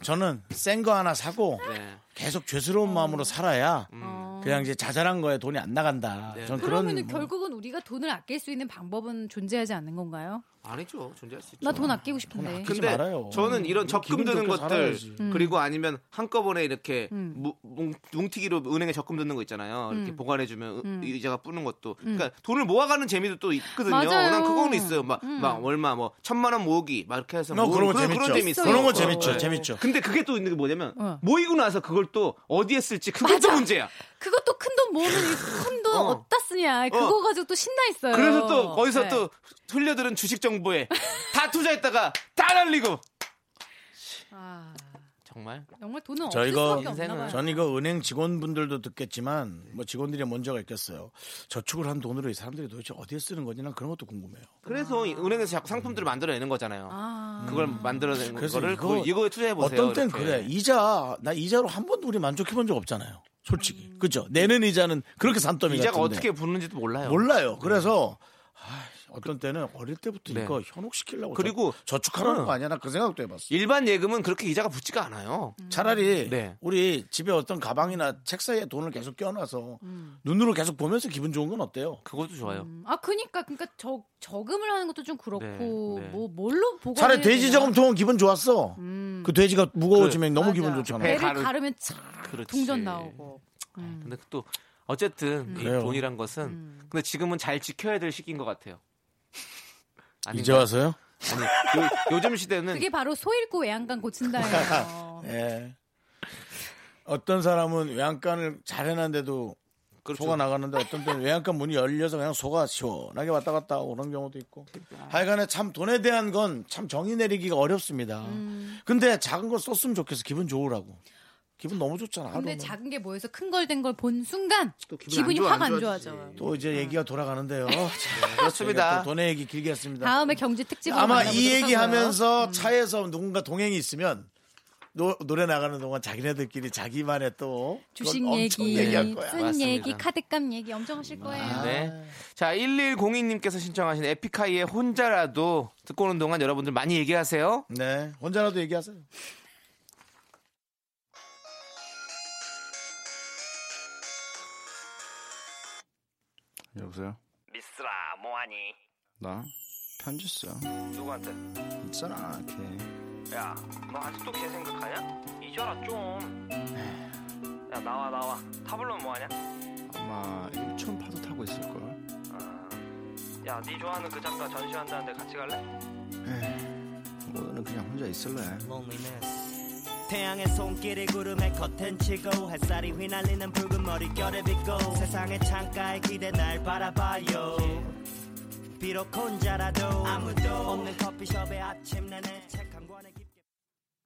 Speaker 1: 저는 센 거 하나 사고
Speaker 2: 네.
Speaker 1: 계속 죄스러운 마음으로 살아야
Speaker 8: 어.
Speaker 1: 그냥 이제 자잘한 거에 돈이 안 나간다.
Speaker 2: 네.
Speaker 1: 전 그런
Speaker 8: 그러면은
Speaker 1: 뭐-
Speaker 8: 결국은 우리가 돈을 아낄 수 있는 방법은 존재하지 않는 건가요?
Speaker 2: 아니죠. 존재할 수 있죠.
Speaker 8: 나 돈 아끼고 싶은데.
Speaker 1: 아끼- 하지
Speaker 2: 근데
Speaker 1: 말아요.
Speaker 2: 저는 이런
Speaker 1: 음,
Speaker 2: 적금
Speaker 1: 기분 좋게
Speaker 2: 드는 것들
Speaker 1: 살아야지. 음.
Speaker 2: 그리고 아니면 한꺼번에 이렇게 무- 뭉- 뭉티기로 은행에 적금 드는 거 있잖아요. 이렇게
Speaker 1: 음.
Speaker 2: 보관해주면 은- 이자가 뿌는 것도. 그러니까 돈을 모아가는 재미도 또 있거든요.
Speaker 8: 맞아요.
Speaker 2: 난 그거는 있어요. 막, 막 얼마 뭐 천만 원 모으기 막 이렇게 해서
Speaker 1: 음. 어, 그런 거
Speaker 2: 모으는
Speaker 1: 재밌죠.
Speaker 2: 그런 재미 있어요.
Speaker 1: 그런 거
Speaker 2: 어,
Speaker 1: 재밌죠.
Speaker 2: 네.
Speaker 1: 재밌죠.
Speaker 2: 근데 그게 또 있는 게 뭐냐면
Speaker 8: 어.
Speaker 2: 모이고 나서 그걸 또 어디에 쓸지 그것도
Speaker 8: 맞아.
Speaker 2: 문제야.
Speaker 8: 그것도 큰 돈 모으는 큰돈
Speaker 2: 어.
Speaker 8: 어. 디다 쓰냐. 그거 가지고 또 신나 있어요.
Speaker 2: 그래서 또 거기서
Speaker 8: 네.
Speaker 2: 또 흘려들은 주식 정보에 다 투자했다가 다 날리고
Speaker 8: 아,
Speaker 2: 정말
Speaker 8: 정말 돈은 없을
Speaker 1: 저희가
Speaker 8: 수밖에 없나
Speaker 2: 인생은
Speaker 8: 봐요.
Speaker 1: 전 이거 은행 직원분들도 듣겠지만 뭐 직원들이 먼저가 있겠어요. 저축을 한 돈으로 이 사람들이 도대체 어디에 쓰는 건지 난 그런 것도 궁금해요.
Speaker 2: 그래서 이 은행에서 자꾸 상품들을 만들어내는 거잖아요.
Speaker 8: 아,
Speaker 2: 그걸 만들어낸
Speaker 1: 그래서
Speaker 2: 거를
Speaker 1: 이거
Speaker 2: 그- 이거에 투자해 보세요.
Speaker 1: 어떤 땐 그래. 이자 나 이자로 한 번도 우리 만족해 본 적 없잖아요. 솔직히 그죠? 내는 이자는 그렇게 산더미
Speaker 2: 음. 이자가
Speaker 1: 같은데.
Speaker 2: 어떻게 부르는지도 몰라요.
Speaker 1: 몰라요. 그래서 아, 어떤 때는 어릴 때부터
Speaker 2: 네.
Speaker 1: 이거 현혹시키려고
Speaker 2: 그리고
Speaker 1: 저, 축하라는
Speaker 2: 어.
Speaker 1: 거 아니야? 나 그 생각도 해봤어.
Speaker 2: 일반 예금은 그렇게 이자가 붙지가 않아요.
Speaker 1: 차라리
Speaker 2: 네.
Speaker 1: 우리 집에 어떤 가방이나 책 사이에 돈을 계속 껴놔서
Speaker 2: 음.
Speaker 1: 눈으로 계속 보면서 기분 좋은 건 어때요?
Speaker 2: 그것도 좋아요.
Speaker 8: 음, 아 그니까 그니까 저 저금을 하는 것도 좀 그렇고
Speaker 2: 네, 네.
Speaker 8: 뭐 뭘로 보고
Speaker 1: 차라리 돼지 저금통은 기분 좋았어.
Speaker 2: 음.
Speaker 1: 그 돼지가 무거워지면 너무 기분 좋잖아.
Speaker 2: 배
Speaker 8: 배를
Speaker 2: 가르-
Speaker 8: 가르면 참
Speaker 2: 그렇지. 네,
Speaker 8: 동전 나오고. 음.
Speaker 2: 근데 또 어쨌든 이
Speaker 1: 그래요.
Speaker 2: 돈이란 것은 근데 지금은 잘 지켜야 될 시기인 것 같아요. 아닌가요?
Speaker 1: 이제 와서요?
Speaker 2: 아니, 요, 요즘 시대는
Speaker 8: 그게 바로 소잃고 외양간 고친다예요.
Speaker 1: 예. 어떤 사람은 외양간을 잘 해놨는데도
Speaker 2: 그렇죠.
Speaker 1: 소가 나가는데 어떤 때는 외양간 문이 열려서 그냥 소가 시원하게 왔다 갔다 하고 그런 경우도 있고
Speaker 2: 그러니까.
Speaker 1: 하여간에 참 돈에 대한 건 참 정의 내리기가 어렵습니다
Speaker 2: 음.
Speaker 1: 근데 작은 걸 썼으면 좋겠어 기분 좋으라고 기분 너무 좋잖아
Speaker 8: 근데
Speaker 1: 하루는.
Speaker 8: 작은 게 모여서 큰 걸 된 걸 본 순간
Speaker 2: 기분이
Speaker 8: 기분이
Speaker 2: 안 좋아,
Speaker 8: 확
Speaker 2: 안
Speaker 8: 안
Speaker 2: 좋아지지.
Speaker 8: 좋아져요.
Speaker 1: 또 이제 얘기가 돌아가는데요 자,
Speaker 2: 음. 그렇습니다.
Speaker 1: 저희가 또 돈의 얘기 길게 했습니다
Speaker 8: 다음에 경제 특집으로
Speaker 1: 네. 아마
Speaker 8: 만나보도록
Speaker 1: 이
Speaker 8: 하고요. 음.
Speaker 1: 얘기하면서 차에서 누군가 동행이 있으면 노, 노래 나가는 동안 자기네들끼리 자기만의 또
Speaker 8: 주식
Speaker 1: 그걸 엄청
Speaker 8: 얘기,
Speaker 1: 얘기할 거야.
Speaker 8: 쓴
Speaker 2: 맞습니다.
Speaker 8: 얘기, 카드값 얘기 엄청 하실 거예요.
Speaker 1: 아.
Speaker 2: 네. 자, 1102님께서 신청하신 에픽하이의 혼자라도 듣고 오는 동안 여러분들 많이 얘기하세요.
Speaker 1: 네, 혼자라도 얘기하세요.
Speaker 7: 여보세요?
Speaker 3: 미스라 뭐하니
Speaker 7: 나 편지 써.
Speaker 3: 누구한테
Speaker 7: 있잖아, 걔.
Speaker 3: 야 너 아직도 걔 생각하냐? 잊어라 좀야 나와 나와 타블로는 뭐하냐?
Speaker 7: 아마 1촌 파도 타고 있을걸.
Speaker 3: 아, 야 네 좋아하는 그 작가 전시한다는데 같이 갈래?
Speaker 7: 오늘은 그냥 혼자 있을래.
Speaker 9: 태양의 손길이 구름의 커튼 치고 햇살이 휘날리는 붉은 머릿결에 비고 세상의 창가에 기대 날 바라봐요 비록 혼자라도 아무도 없는 커피숍에 아침 내내 책 한 권에 깊게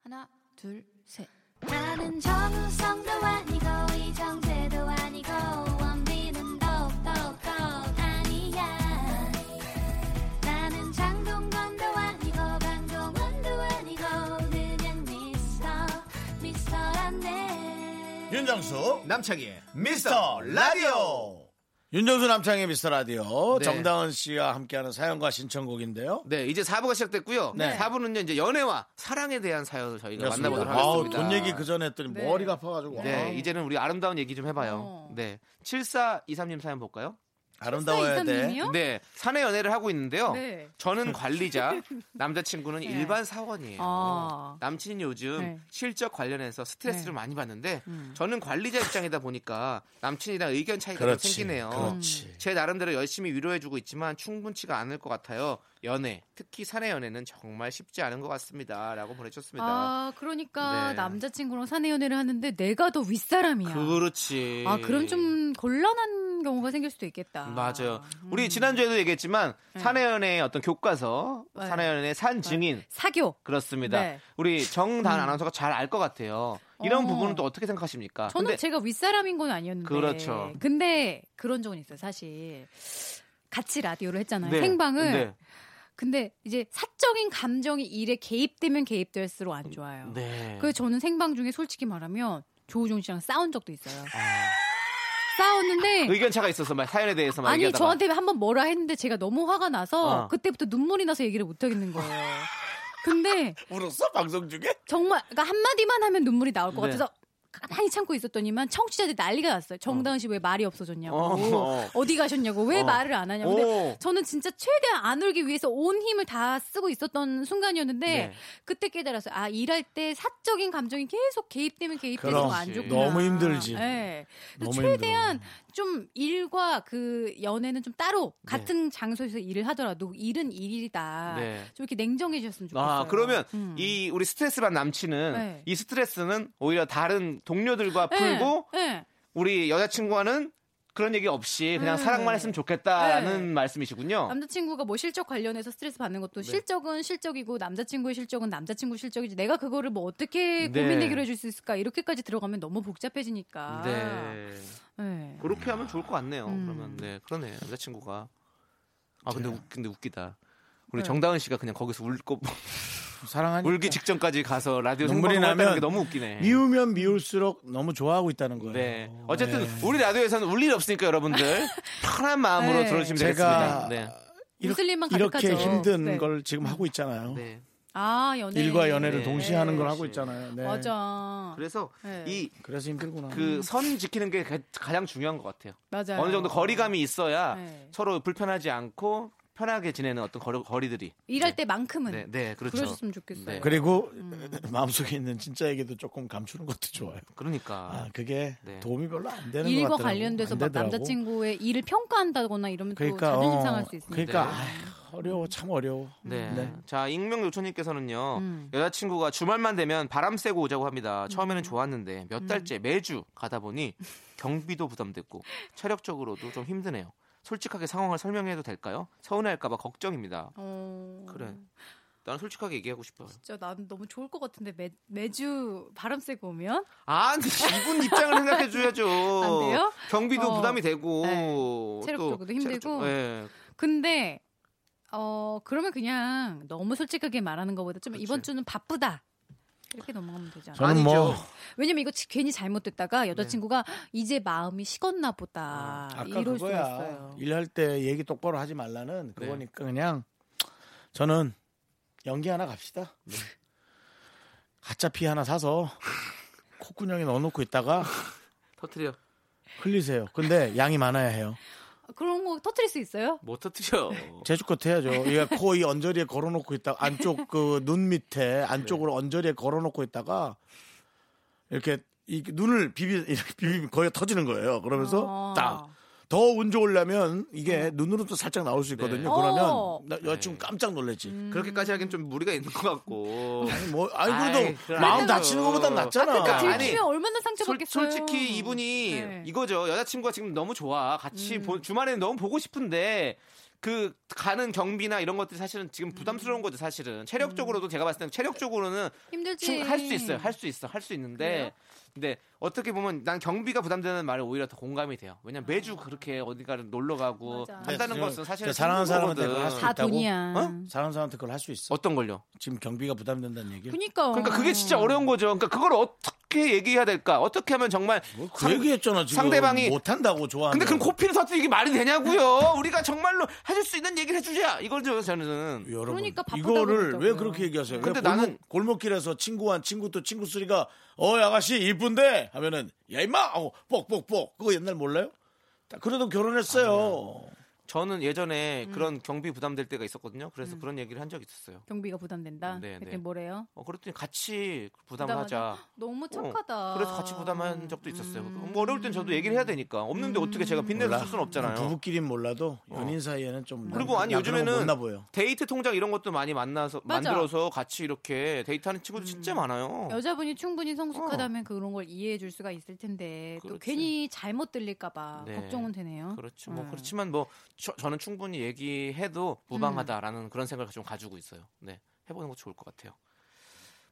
Speaker 8: 하나, 둘, 셋.
Speaker 10: 나는 정우성도 아니고 이정재도 아니고 원빈은 더욱더 아니야 나는 장동건도 아니고 강동원도 아니고 그냥 미스터 미스터란데
Speaker 1: 윤정수
Speaker 2: 남창희의
Speaker 1: 미스터 라디오. 윤정수 남창의 미스터 라디오
Speaker 2: 네.
Speaker 1: 정다은 씨와 함께하는 사연과 신청곡인데요.
Speaker 2: 네, 이제 4부가 시작됐고요.
Speaker 1: 네.
Speaker 2: 4부는요, 이제 연애와 사랑에 대한 사연을 저희가 만나보도록
Speaker 1: 아우,
Speaker 2: 하겠습니다.
Speaker 1: 돈 얘기 그 전에 했더니
Speaker 8: 네.
Speaker 1: 머리가 아파가지고
Speaker 2: 네,
Speaker 1: 아우,
Speaker 2: 이제는 우리 아름다운 얘기 좀 해봐요.
Speaker 8: 어.
Speaker 2: 네. 7423님 사연 볼까요?
Speaker 1: 아름다워야 돼.
Speaker 8: 이사님이요?
Speaker 2: 네. 사내 연애를 하고 있는데요.
Speaker 8: 네.
Speaker 2: 저는 관리자, 남자친구는
Speaker 8: 네.
Speaker 2: 일반 사원이에요.
Speaker 8: 아.
Speaker 2: 남친이 요즘
Speaker 8: 네.
Speaker 2: 실적 관련해서 스트레스를
Speaker 8: 네.
Speaker 2: 많이 받는데
Speaker 8: 음.
Speaker 2: 저는 관리자 입장이다 보니까 남친이랑 의견 차이가 좀
Speaker 1: 그렇지, 그렇죠.
Speaker 2: 생기네요.
Speaker 8: 음.
Speaker 1: 그렇지.
Speaker 2: 제 나름대로 열심히 위로해주고 있지만 충분치가 않을 것 같아요. 연애, 특히 사내 연애는 정말 쉽지 않은 것 같습니다. 라고 보내주셨습니다.
Speaker 8: 아, 그러니까
Speaker 2: 네.
Speaker 8: 남자친구랑 사내 연애를 하는데 내가 더 윗사람이야.
Speaker 2: 그렇지.
Speaker 8: 아, 그럼 좀 곤란한 경우가 생길 수도 있겠다. 음.
Speaker 2: 맞아요. 우리 지난주에도 얘기했지만 사내 연애의 어떤 교과서,
Speaker 8: 네.
Speaker 2: 사내 연애의 산 증인
Speaker 8: 사교.
Speaker 2: 그렇습니다.
Speaker 8: 네. 음.
Speaker 2: 우리 정단 아나운서가 잘 알 것 같아요. 이런
Speaker 8: 어.
Speaker 2: 부분은 또 어떻게 생각하십니까?
Speaker 8: 저는
Speaker 2: 아, 근데
Speaker 8: 제가 윗사람인 건 아니었는데.
Speaker 2: 그렇죠.
Speaker 8: 근데 그런 적은 있어요, 사실. 같이 라디오를 했잖아요.
Speaker 2: 네.
Speaker 8: 생방을.
Speaker 2: 네.
Speaker 8: 근데 이제 사적인 감정이 일에 개입되면 개입될수록 안 좋아요.
Speaker 2: 네.
Speaker 8: 그래서 저는 생방 중에 솔직히 말하면 조우종 씨랑 싸운 적도 있어요. 싸웠는데
Speaker 2: 아, 의견 차가 있어서 말 사연에 대해서 막
Speaker 8: 아니
Speaker 2: 그 얘기하다가
Speaker 8: 저한테 한 번 뭐라 했는데 제가 너무 화가 나서
Speaker 2: 어.
Speaker 8: 그때부터 눈물이 나서 얘기를 못 하겠는 거예요. 근데
Speaker 1: 울었어 방송 중에?
Speaker 8: 정말 그러니까 한마디만 하면 눈물이 나올 것
Speaker 2: 네.
Speaker 8: 같아서 가만히 참고 있었더니만 청취자들 난리가 났어요. 정다은 씨 왜 말이 없어졌냐고
Speaker 2: 어.
Speaker 8: 어. 디 가셨냐고 왜
Speaker 2: 어.
Speaker 8: 말을 안 하냐고 근데
Speaker 2: 오.
Speaker 8: 저는 진짜 최대한 안 울기 위해서 온 힘을 다 쓰고 있었던 순간이었는데
Speaker 2: 네.
Speaker 8: 그때 깨달았어요. 아 일할 때 사적인 감정이 계속 개입되면 개입되는
Speaker 1: 그럼.
Speaker 8: 안 좋구나.
Speaker 1: 너무 힘들지.
Speaker 8: 네.
Speaker 1: 너무
Speaker 8: 최대한 좀 일과 그 연애는 좀 따로
Speaker 1: 네.
Speaker 8: 같은 장소에서 일을 하더라도 일은 일이다.
Speaker 2: 네.
Speaker 8: 좀 이렇게 냉정해졌으면 좋겠어요.
Speaker 2: 아 그러면
Speaker 8: 음.
Speaker 2: 이 우리 스트레스 받는 남친은
Speaker 8: 네.
Speaker 2: 이 스트레스는 오히려 다른 동료들과
Speaker 8: 네,
Speaker 2: 풀고
Speaker 8: 네.
Speaker 2: 우리 여자친구와는 그런 얘기 없이 그냥
Speaker 8: 음.
Speaker 1: 네.
Speaker 2: 사랑만 했으면 좋겠다라는
Speaker 8: 네.
Speaker 2: 말씀이시군요.
Speaker 8: 남자친구가 뭐 실적 관련해서 스트레스 받는 것도
Speaker 2: 네.
Speaker 8: 실적은 실적이고 남자친구의 실적은 남자친구 실적이지 내가 그거를 뭐 어떻게
Speaker 2: 네.
Speaker 8: 고민 해결해 줄 수 있을까 이렇게까지 들어가면 너무 복잡해지니까
Speaker 2: 네.
Speaker 8: 네.
Speaker 2: 그렇게 하면 좋을 것 같네요.
Speaker 8: 음.
Speaker 2: 그러면 네 그러네 남자친구가 아 근데 웃, 근데 웃기다. 우리
Speaker 1: 네.
Speaker 2: 정다은 씨가 그냥 거기서 울고
Speaker 1: 사랑하니
Speaker 2: 울기 직전까지 가서 라디오
Speaker 1: 눈물이
Speaker 2: 생방송을 했다는
Speaker 1: 나면
Speaker 2: 게 너무 웃기네.
Speaker 1: 미우면 미울수록 너무 좋아하고 있다는 거예요.
Speaker 2: 네. 어쨌든
Speaker 1: 네.
Speaker 2: 우리 라디오에서는 울 일 없으니까 여러분들 편한 마음으로
Speaker 8: 네.
Speaker 2: 들어주시면
Speaker 1: 제가
Speaker 2: 되겠습니다. 네.
Speaker 8: 웃을 일만 가득하죠.
Speaker 1: 이렇게 힘든
Speaker 8: 네.
Speaker 1: 걸 지금 하고 있잖아요.
Speaker 2: 네.
Speaker 8: 아 연애
Speaker 1: 일과 연애를
Speaker 2: 네.
Speaker 1: 동시에 하는 걸 하고
Speaker 2: 그렇지.
Speaker 1: 있잖아요. 네.
Speaker 8: 맞아
Speaker 2: 그래서
Speaker 8: 네.
Speaker 1: 그래서 힘들구나.
Speaker 2: 이 그 선 지키는 게 가- 가장 중요한 것 같아요.
Speaker 8: 맞아요
Speaker 2: 어느 정도 거리감이 있어야
Speaker 8: 네.
Speaker 2: 서로 불편하지 않고 편하게 지내는 어떤 거리, 들이
Speaker 8: 일할 때만큼은
Speaker 2: 네, 네, 그렇죠.
Speaker 8: 그러셨으면 좋겠어요.
Speaker 2: 네.
Speaker 1: 그리고 마음속에 있는 진짜 얘기도 조금 감추는 것도 좋아요.
Speaker 2: 그러니까
Speaker 1: 아, 그게
Speaker 2: 네.
Speaker 1: 도움이 별로 안 되는 것
Speaker 8: 일과
Speaker 1: 같더라고.
Speaker 8: 관련돼서
Speaker 1: 안
Speaker 8: 막
Speaker 1: 되더라고.
Speaker 8: 남자친구의 일을 평가한다거나 이러면
Speaker 1: 그러니까
Speaker 8: 또 자존심
Speaker 1: 어,
Speaker 8: 상할 수 있으니까.
Speaker 1: 그러니까
Speaker 2: 네.
Speaker 1: 아휴, 어려워 참 어려워.
Speaker 2: 네.
Speaker 1: 네.
Speaker 2: 자, 익명 요청님께서는요.
Speaker 8: 음.
Speaker 2: 여자친구가 주말만 되면 바람 쐬고 오자고 합니다. 처음에는 좋았는데 몇 달째 매주 가다 보니 경비도 부담됐고 체력적으로도 좀 힘드네요. 솔직하게 상황을 설명해도 될까요? 서운해할까봐 걱정입니다.
Speaker 8: 어,
Speaker 2: 그래. 나는 솔직하게 얘기하고 싶어요.
Speaker 8: 진짜 난 너무 좋을 것 같은데 매, 매주 바람 쐬고 오면
Speaker 2: 아, 근데 이분 입장을 생각해 줘야죠.
Speaker 8: 안 돼요?
Speaker 2: 경비도
Speaker 8: 어,
Speaker 2: 부담이 되고
Speaker 8: 네.
Speaker 2: 또
Speaker 8: 체력적으로도 힘들고.
Speaker 2: 체력적- 예.
Speaker 8: 근데 어 그러면 그냥 너무 솔직하게 말하는 것보다 좀 이번 주는 바쁘다. 이렇게 넘어가면 되지 않아요?
Speaker 1: 저는 뭐
Speaker 2: 아니죠.
Speaker 8: 왜냐면 이거 지- 괜히 잘못됐다가 여자친구가
Speaker 2: 네.
Speaker 8: 이제 마음이 식었나 보다.
Speaker 1: 아까
Speaker 8: 이럴 수가
Speaker 1: 그거야
Speaker 8: 있어요.
Speaker 1: 일할 때 얘기 똑바로 하지
Speaker 2: 네.
Speaker 1: 말라는 그거니까 그냥 저는 연기 하나 갑시다.
Speaker 2: 네.
Speaker 1: 가짜 피 하나 사서 콧구멍에 넣어놓고 있다가
Speaker 2: 터트려.
Speaker 1: 흘리세요. 근데 양이 많아야 해요.
Speaker 8: 그런 거 터트릴 수 있어요?
Speaker 2: 못 터트려.
Speaker 1: 재주껏 해야죠. 얘가 코이 언저리에 걸어놓고 있다가 안쪽 그 눈 밑에
Speaker 2: 네.
Speaker 1: 안쪽으로 언저리에 걸어놓고 있다가 이렇게 이 눈을 비비 이렇게 비비면 거의 터지는 거예요. 그러면서
Speaker 8: 어.
Speaker 1: 딱. 더 운 좋으려면 이게 눈으로 도 살짝 나올 수 있거든요.
Speaker 2: 네.
Speaker 1: 그러면
Speaker 8: 어.
Speaker 1: 나 여친 구 깜짝 놀랐지.
Speaker 8: 음.
Speaker 2: 그렇게까지 하긴 좀 무리가 있는 것 같고.
Speaker 1: 아니 뭐 아니
Speaker 2: 아이,
Speaker 1: 그래도
Speaker 2: 그래.
Speaker 1: 마음
Speaker 2: 그래도-
Speaker 1: 다치는 것보단 낫잖아.
Speaker 2: 아, 그러니까 아니,
Speaker 8: 들키면 얼마나
Speaker 2: 솔,
Speaker 8: 상처받겠어요.
Speaker 2: 솔직히 이분이
Speaker 8: 네. 음.
Speaker 2: 이거죠. 여자친구가 지금 너무 좋아. 같이 보- 주말에는 너무 보고 싶은데 그 가는 경비나 이런 것들이 사실은 지금
Speaker 8: 음.
Speaker 2: 부담스러운 거죠. 사실은 체력적으로도 제가 봤을 때는 체력적으로는
Speaker 8: 힘들지.
Speaker 2: 할 수 있어요. 할 수 있어. 할 수 있는데 근데 어떻게 보면 난 경비가 부담되는 말에 오히려 더 공감이 돼요. 왜냐면 매주 그렇게 어디가를 놀러 가고
Speaker 8: 아. 맞아.
Speaker 2: 한다는
Speaker 1: 네,
Speaker 2: 것은 사실은
Speaker 1: 사랑하는 사람한테 그걸 할수
Speaker 2: 힘든 거거든.
Speaker 8: 다
Speaker 1: 있다고?
Speaker 8: 돈이야.
Speaker 2: 어?
Speaker 1: 사랑하는 사람한테 그걸 할 수 있어.
Speaker 2: 어떤 걸요?
Speaker 1: 지금 경비가 부담된다는 얘기.
Speaker 8: 그니까.
Speaker 2: 그러니까 그게 진짜 어려운 거죠. 그러니까 그걸 어떻게 얘기해야 될까? 어떻게 하면 정말
Speaker 1: 그
Speaker 2: 상-
Speaker 1: 얘기했잖아 지금
Speaker 2: 상대방이-
Speaker 1: 못한다고 좋아하는.
Speaker 2: 근데 그럼 코피를 터뜨리는 게 말이 되냐고요. 우리가 정말로 해줄 수 있는 얘기를 해주자. 이거죠 저는.
Speaker 1: 여러분
Speaker 8: 그러니까 바쁘다고
Speaker 1: 이거를 왜
Speaker 8: 그러더라고요.
Speaker 1: 그렇게 얘기하세요?
Speaker 2: 근데
Speaker 1: 근데 골목,
Speaker 2: 나는-
Speaker 1: 나는 골목길에서 친구 한 친구 또 친구 쓰리가 어 아가씨 이쁜데 하면은 야 임마 하고 뻑뻑뻑 그거 옛날 몰라요? 딱 그래도 결혼했어요.
Speaker 2: 저는
Speaker 8: 음.
Speaker 2: 예전에 그런 경비 부담될 때가 있었거든요. 그래서 그런 얘기를 한 적이 있었어요.
Speaker 8: 경비가 부담된다.
Speaker 2: 네,
Speaker 8: 그때
Speaker 2: 네.
Speaker 8: 뭐래요?
Speaker 2: 어, 그랬더니 같이 부담을
Speaker 8: 부담하자.
Speaker 2: 하자.
Speaker 8: 너무
Speaker 2: 어,
Speaker 8: 착하다. 음.
Speaker 2: 그래서 같이 부담한 적도 있었어요. 뭐 어려울 땐 저도 얘기를 해야 되니까 없는데 어떻게 제가 빚내서
Speaker 1: 몰라.
Speaker 2: 쓸 수는 없잖아요.
Speaker 1: 그 부부끼린 몰라도 연인 사이에는 좀
Speaker 2: 그리고 아니
Speaker 1: 야, 어. 그런 거
Speaker 2: 요즘에는
Speaker 1: 못나 보여.
Speaker 2: 데이트 통장 이런 것도 많이 만나서
Speaker 8: 맞아. 음.
Speaker 2: 만들어서 같이 이렇게 데이트하는 친구도 진짜 많아요.
Speaker 8: 여자분이 충분히 성숙하다면 그런 걸 이해해 줄 수가 있을 텐데 또
Speaker 2: 그렇지.
Speaker 8: 괜히 잘못 들릴까봐
Speaker 2: 네.
Speaker 8: 걱정은 되네요.
Speaker 2: 그렇죠. 뭐
Speaker 8: 음.
Speaker 2: 그렇지만 뭐 저, 는 충분히 얘기해도
Speaker 8: 음.
Speaker 2: 무방하다라는 그런 생각을 좀 가지고 있어요. 네, 해보는 거 좋을 것 같아요.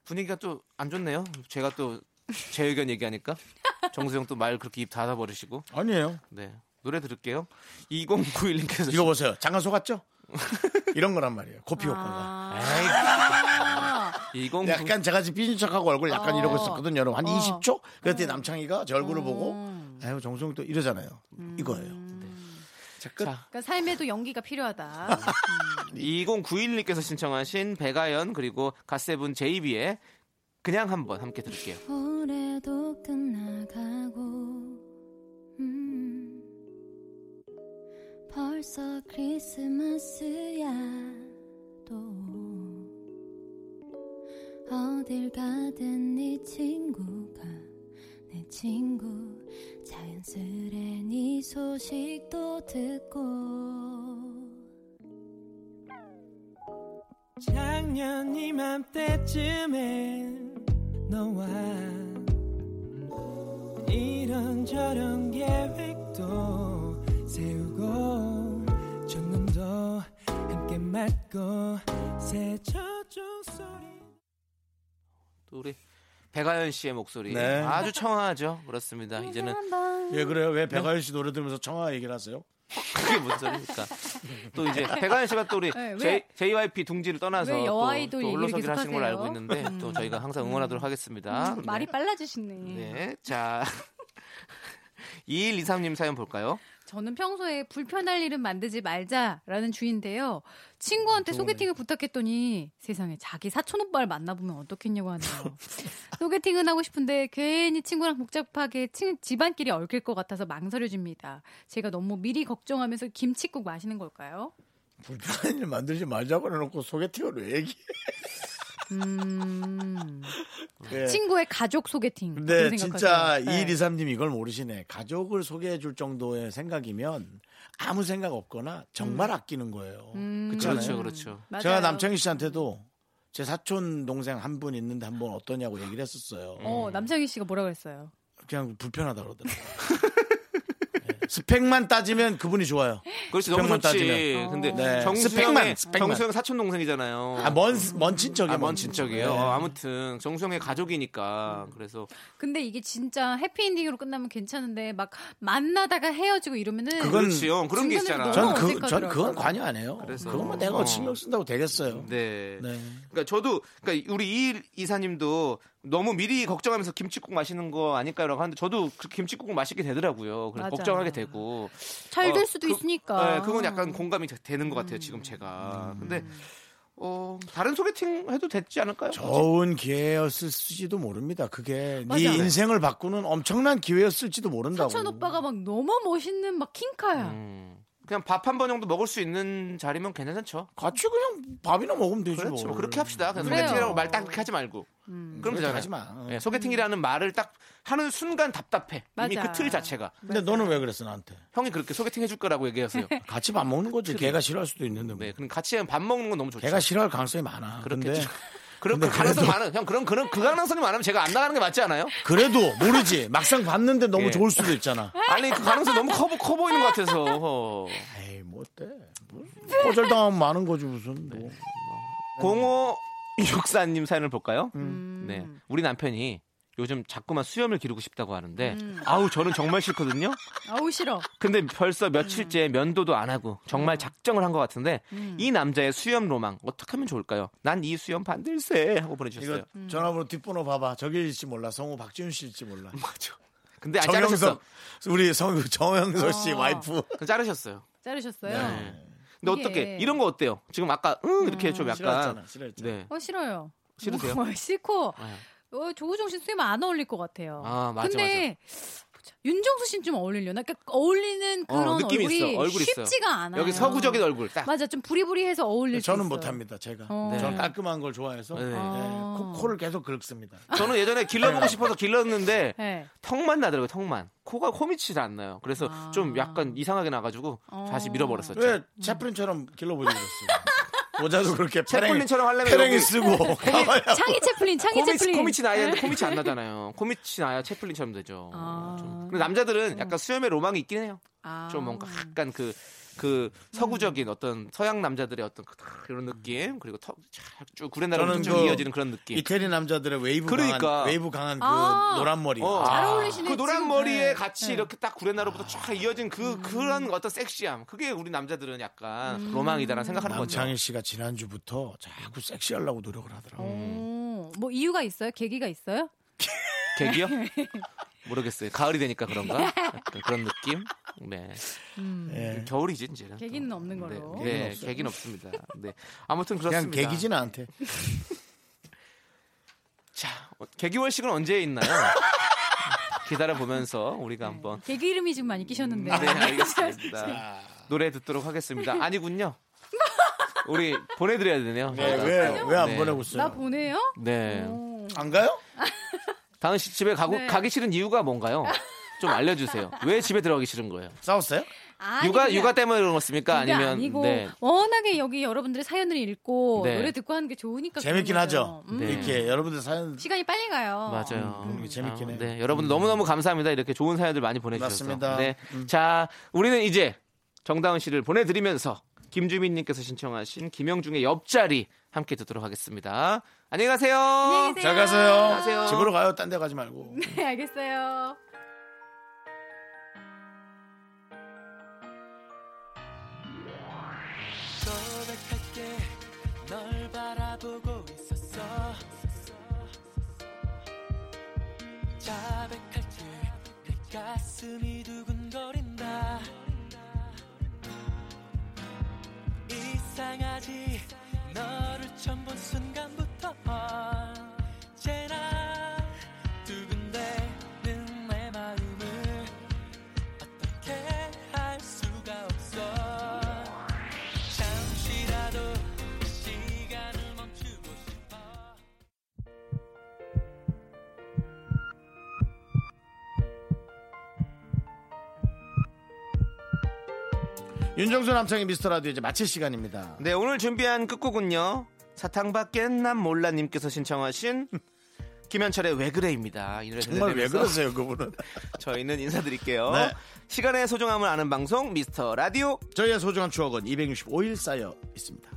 Speaker 2: 분위기가 또 안 좋네요. 제가 또 제 의견 얘기하니까 정수영 또 말 그렇게 입 닫아 버리시고.
Speaker 1: 아니에요.
Speaker 2: 네, 노래 들을게요. 2091님께서
Speaker 1: 이거 보세요. 잠깐 속았죠? 이런 거란 말이에요. 코피 효과가.
Speaker 8: 아.
Speaker 2: 2091
Speaker 1: 약간 제가 지금 삐진 척하고 얼굴 약간
Speaker 8: 어.
Speaker 1: 이러고 있었거든요. 여러분. 한
Speaker 8: 어.
Speaker 1: 20초? 그랬더니 남창희가 제 얼굴을 보고
Speaker 8: 음.
Speaker 1: 아유 정수영 또 이러잖아요. 이거예요.
Speaker 2: 자,
Speaker 8: 그러니까 삶에도 연기가 필요하다.
Speaker 2: 2091님께서 신청하신 백아연 그리고 갓세븐 제이비의 그냥 한번 함께 들을게요.
Speaker 10: 올해도 끝나가고 음, 벌써 크리스마스야 또 어딜 가든 네 친구가 내 친구 자연스레 네 소식도 듣고
Speaker 6: 작년 이맘때쯤엔 너와 이런저런 계획도 계획도 세우고 첫눈도 함께 맞고 새 저쪽 소리
Speaker 2: 또 우리 배가연 씨의 목소리
Speaker 1: 네.
Speaker 2: 아주 청아하죠.
Speaker 8: 네,
Speaker 2: 그렇습니다. 이제는
Speaker 1: 예 그래요. 왜 배가연 씨 노래 들으면서 청아 얘기를 하세요?
Speaker 2: 그게 무슨 소리입니까? 또 이제 배가연 씨가 또 우리
Speaker 8: 네,
Speaker 2: J,
Speaker 8: 왜-
Speaker 2: JYP 둥지를 떠나서
Speaker 8: 왜
Speaker 2: 또,
Speaker 8: 여아이돌
Speaker 2: 또
Speaker 8: 얘기를
Speaker 2: 올라서기를
Speaker 8: 계속
Speaker 2: 하시는 걸
Speaker 8: 하세요?
Speaker 2: 알고 있는데 또 저희가 항상 응원하도록 하겠습니다.
Speaker 8: 음, 말이 빨라지시네.
Speaker 2: 아, 네. 자. 2123님 사연 볼까요?
Speaker 8: 저는 평소에 불편할 일은 만들지 말자라는 주인데요.
Speaker 1: 음,
Speaker 8: 친구한테 소개팅을 부탁했더니 세상에 자기 사촌 오빠를 만나보면 어떻겠냐고 하네요. 소개팅은 하고 싶은데 괜히 친구랑 복잡하게 친- 집안끼리 얽힐 것 같아서 망설여집니다. 제가 너무 미리 걱정하면서 김칫국 마시는 걸까요?
Speaker 1: 불편한 일 만들지 말자고 해놓고 소개팅을 왜 얘기해?
Speaker 8: 음,
Speaker 1: 예.
Speaker 8: 친구의 가족 소개팅.
Speaker 1: 근데
Speaker 8: 그렇게
Speaker 1: 네, 진짜
Speaker 8: 생각하세요. 네.
Speaker 1: 2123님 이걸 모르시네. 가족을 소개해 줄 정도의 생각이면 아무 생각 없거나 정말 아끼는 거예요.
Speaker 8: 음.
Speaker 1: 그렇죠.
Speaker 2: 그렇죠, 그렇죠.
Speaker 8: 맞아요.
Speaker 1: 제가 남창희 씨한테도 제 사촌 동생 한 분 있는데 한 번 어떠냐고 얘기를 했었어요.
Speaker 8: 어, 남창희 씨가 뭐라 그랬어요?
Speaker 1: 그냥 불편하다 그러더라고요. 네. 스펙만 따지면 그분이 좋아요.
Speaker 2: 그렇지 너무
Speaker 1: 스펙만
Speaker 2: 좋지.
Speaker 1: 따지면.
Speaker 2: 근데
Speaker 8: 어.
Speaker 1: 네. 스펙만,
Speaker 2: 정수영의
Speaker 1: 스펙만.
Speaker 2: 정수영 사촌 동생이잖아요.
Speaker 1: 아, 먼, 먼 친척이에요.
Speaker 2: 아, 먼 친척이에요.
Speaker 1: 네.
Speaker 2: 어, 아무튼 정수영의 가족이니까 그래서
Speaker 8: 근데 이게 진짜 해피엔딩으로 끝나면 괜찮은데 막 만나다가 헤어지고 이러면은
Speaker 1: 그건
Speaker 2: 그렇지요. 그런 게
Speaker 8: 중간에
Speaker 2: 있잖아.
Speaker 8: 너무
Speaker 1: 전, 그, 전
Speaker 8: 어색하더라고요.
Speaker 1: 그건 관여 안 해요. 그
Speaker 2: 그래서-
Speaker 1: 건뭐 내가
Speaker 2: 어.
Speaker 1: 신경 쓴다고 되겠어요.
Speaker 2: 네.
Speaker 1: 네.
Speaker 2: 그러니까 저도 그러니까 우리 이 이사님도 너무 미리 걱정하면서 김치국 마시는 거 아닐까라고 하는데 저도 그 김치국을 마시게 되더라고요. 그래서
Speaker 8: 맞아.
Speaker 2: 걱정하게 되고
Speaker 8: 잘 될
Speaker 2: 어,
Speaker 8: 수도
Speaker 2: 그-
Speaker 8: 있으니까. 음.
Speaker 2: 네, 그건 약간 공감이 되- 되는 것 같아요. 지금 제가. 근데 어, 다른 소개팅 해도 됐지 않을까요?
Speaker 1: 좋은 기회였을지도 모릅니다. 그게
Speaker 8: 맞아.
Speaker 1: 네 인생을 바꾸는 엄청난 기회였을지도 모른다고.
Speaker 8: 사촌 오빠가 막 너무 멋있는 막 킹카야.
Speaker 2: 음, 그냥 밥 한 번 정도 먹을 수 있는 자리면 괜찮죠.
Speaker 1: 같이 그냥 밥이나 먹으면 되지
Speaker 2: 그렇죠.
Speaker 1: 뭐.
Speaker 2: 그렇게 합시다. 그냥
Speaker 8: 그래요. 음.
Speaker 2: 소개팅이라고 말 딱 하지 말고. 그럼
Speaker 1: 그렇게
Speaker 2: 되잖아요.
Speaker 1: 하지 마. 네.
Speaker 2: 예, 소개팅이라는 말을 딱 하는 순간 답답해. 이미
Speaker 8: 맞아.
Speaker 2: 그 틀 자체가.
Speaker 1: 근데 너는 왜 그랬어 나한테?
Speaker 2: 형이 그렇게 소개팅 해줄 거라고 얘기하세요.
Speaker 8: 네.
Speaker 1: 같이 밥 먹는 거지. 걔가 싫어할 수도 있는데. 뭐.
Speaker 2: 그렇죠. 네, 그럼 같이 밥 먹는 건 너무 좋죠.
Speaker 1: 걔가 싫어할 가능성이 많아. 그런데
Speaker 2: 그렇겠죠. 그럼 그
Speaker 1: 근데
Speaker 2: 가능성
Speaker 1: 그래도-
Speaker 2: 많은 형 그럼 그런 그 가능성이 많으면 제가 안 나가는 게 맞지 않아요?
Speaker 1: 그래도 모르지. 막상 봤는데 너무
Speaker 2: 예.
Speaker 1: 좋을 수도 있잖아.
Speaker 2: 아니 그 가능성 너무 커, 보- 커 보이는 것 같아서 어.
Speaker 1: 에이 뭐 어때? 뭐, 거절당하면 많은 거지 무슨.
Speaker 2: 네,
Speaker 1: 뭐.
Speaker 2: 0564님 사연을 볼까요?
Speaker 8: 음.
Speaker 2: 네, 우리 남편이 요즘 자꾸만 수염을 기르고 싶다고 하는데
Speaker 8: 음.
Speaker 2: 아우 저는 정말 싫거든요.
Speaker 8: 아우 싫어.
Speaker 2: 근데 벌써 며칠째
Speaker 8: 음.
Speaker 2: 면도도 안 하고 정말 작정을 한 것 같은데 이 남자의 수염 로망 어떻게 하면 좋을까요? 난 이 수염 반들세 하고 보내주셨어요. 음.
Speaker 1: 이거 전화번호 뒷번호 봐봐. 저길지 몰라. 성우 박지훈 씨일지 몰라.
Speaker 2: 음. 맞아. 근데 안 자르셨어.
Speaker 1: 정영석 우리 성우 정영석 씨
Speaker 8: 어.
Speaker 1: 와이프.
Speaker 2: 그냥 자르셨어요.
Speaker 8: 자르셨어요.
Speaker 2: 네.
Speaker 8: 예.
Speaker 2: 근데
Speaker 8: 이게-
Speaker 2: 어떻게 이런 거 어때요? 지금 아까 응 이렇게 좀 약간
Speaker 1: 싫어했잖아. 싫어했잖아.
Speaker 2: 네.
Speaker 8: 어 싫어요.
Speaker 2: 싫으세요?
Speaker 8: 음. 뭐, 싫고
Speaker 2: 네.
Speaker 8: 어, 조우종 씨는 수염 안 어울릴 것 같아요.
Speaker 2: 아, 맞아,
Speaker 8: 근데 보자. 윤정수 씨는 좀 어울리려나? 그러니까 어울리는
Speaker 2: 어,
Speaker 8: 그런
Speaker 2: 느낌이
Speaker 8: 얼굴이
Speaker 2: 있어. 얼굴 있어.
Speaker 8: 쉽지가 않아요.
Speaker 2: 여기 서구적인 얼굴 딱.
Speaker 8: 맞아, 좀 부리부리해서 어울릴 수
Speaker 1: 네, 저는
Speaker 8: 있어요.
Speaker 1: 못합니다. 제가
Speaker 8: 어.
Speaker 1: 저는 깔끔한 걸 좋아해서
Speaker 2: 네.
Speaker 1: 네,
Speaker 8: 어.
Speaker 1: 코, 코를 계속 긁습니다.
Speaker 2: 저는 예전에
Speaker 1: 네.
Speaker 2: 길러보고 싶어서 길렀는데
Speaker 8: 네.
Speaker 2: 턱만 나더라고요. 턱만 코가 코 밑이 안 나요. 그래서
Speaker 8: 아.
Speaker 2: 좀 약간 이상하게 나가지고 다시 밀어버렸었죠.
Speaker 1: 왜 네, 채프린처럼 길러보지 그랬어요? 모자도 그렇게 페랭이,
Speaker 2: 채플린처럼 하려면
Speaker 1: 페랭이
Speaker 2: 여기
Speaker 1: 쓰고 가만히
Speaker 8: 창희 채플린, 창희
Speaker 2: 코밑
Speaker 8: 채플린. 네.
Speaker 2: 코밑이 나야 되는데 코밑이 안 나잖아요. 코밑이 나야 채플린처럼 되죠.
Speaker 8: 아.
Speaker 2: 좀. 근데 남자들은 약간 수염에 로망이 있긴 해요.
Speaker 8: 아. 음.
Speaker 2: 좀 뭔가 약간 그. 그 서구적인 어떤 서양 남자들의 어떤 그 이런 느낌 그리고 턱쭉 구레나룻
Speaker 1: 저는
Speaker 2: 쭉
Speaker 1: 그
Speaker 2: 이어지는 그런 느낌
Speaker 1: 이태리 남자들의 웨이브
Speaker 2: 그러니까.
Speaker 1: 강한 웨이브 강한 그
Speaker 8: 아.
Speaker 1: 노란 머리.
Speaker 2: 어.
Speaker 8: 잘 어울리시네,
Speaker 2: 그 노란
Speaker 8: 지금.
Speaker 2: 머리에
Speaker 8: 네.
Speaker 2: 같이
Speaker 8: 네. 음.
Speaker 2: 이렇게 딱 구레나룻부터 쫙 이어진 그 그런 어떤 섹시함. 그게 우리 남자들은 약간 로망이다라는 생각하는 거죠.
Speaker 1: 남창희 씨가 지난주부터 자꾸 섹시하려고 노력을 하더라고요.
Speaker 2: 음.
Speaker 8: 오, 뭐 이유가 있어요? 계기가 있어요?
Speaker 2: 계기요? 모르겠어요. 가을이 되니까 그런가? 약간 그런 느낌? 네.
Speaker 1: 예.
Speaker 2: 겨울이지 이제는.
Speaker 8: 계기는 없는
Speaker 2: 네,
Speaker 8: 걸로.
Speaker 1: 계기는 음,
Speaker 2: 네,
Speaker 1: 없어요.
Speaker 2: 계기는 없습니다. 네. 아무튼
Speaker 1: 그냥
Speaker 2: 그렇습니다.
Speaker 1: 계기지 뭐. 나한테.
Speaker 2: 자, 어, 계기월식은 언제 있나요? 기다려 보면서 우리가
Speaker 8: 네.
Speaker 2: 한번
Speaker 8: 계기 이름이 지금 많이 끼셨는데.
Speaker 2: 네, 알겠습니다. 노래 듣도록 하겠습니다. 아니군요. 우리 보내드려야 되네요.
Speaker 1: 네, 왜왜 안
Speaker 2: 네.
Speaker 1: 보내고
Speaker 8: 나
Speaker 1: 있어요?
Speaker 8: 보내요?
Speaker 2: 네.
Speaker 1: 안 가요?
Speaker 2: 다은 씨 집에 가고,
Speaker 8: 네.
Speaker 2: 가기 싫은 이유가 뭔가요? 좀 알려주세요. 왜 집에 들어가기 싫은 거예요?
Speaker 1: 싸웠어요?
Speaker 8: 아니,
Speaker 2: 육아
Speaker 8: 그냥-
Speaker 2: 육아 때문에 그런 겁니까?
Speaker 8: 그게
Speaker 2: 아니면
Speaker 8: 아니고
Speaker 2: 네.
Speaker 8: 워낙에 여기 여러분들의 사연을 읽고
Speaker 2: 네.
Speaker 8: 노래 듣고 하는 게 좋으니까
Speaker 1: 재밌긴
Speaker 8: 그런
Speaker 1: 하죠.
Speaker 8: 거죠. 음,
Speaker 2: 네.
Speaker 1: 이렇게 여러분들 사연
Speaker 8: 시간이 빨리 가요.
Speaker 2: 맞아요.
Speaker 1: 음, 재밌긴
Speaker 2: 아,
Speaker 1: 해요. 음.
Speaker 2: 네, 여러분 너무 너무 감사합니다. 이렇게 좋은 사연들 많이 보내주셔서.
Speaker 1: 맞습니다. 음.
Speaker 2: 네, 자 우리는 이제 정다은 씨를 보내드리면서 김주민님께서 신청하신 김영중의 옆자리 함께 듣도록 하겠습니다. 안녕히 가세요. 안녕히
Speaker 1: 잘 가세요. 집으로 가요. 딴 데 가지 말고.
Speaker 8: 네, 알겠어요.
Speaker 6: 고백할게 널 바라보고 있었어 자백할 때 내 가슴이 두근거린다 이상하지 너를 처음 본 순간부터 언제나 두근대는 내 마음을 어떻게 할 수가 없어 잠시라도 시간을 멈추고 싶어
Speaker 1: 윤정수 남창의 미스터 라디오 이제 마칠 시간입니다.
Speaker 2: 네, 오늘 준비한 끝곡은요. 사탕밖엔 난 몰라님께서 신청하신 김현철의 왜 그래입니다. 이 노래
Speaker 1: 정말 왜
Speaker 2: 들려드리면서
Speaker 1: 그러세요, 그분은?
Speaker 2: 저희는 인사드릴게요.
Speaker 1: 네.
Speaker 2: 시간의 소중함을 아는 방송 미스터 라디오.
Speaker 1: 저희의 소중한 추억은 265일 쌓여 있습니다.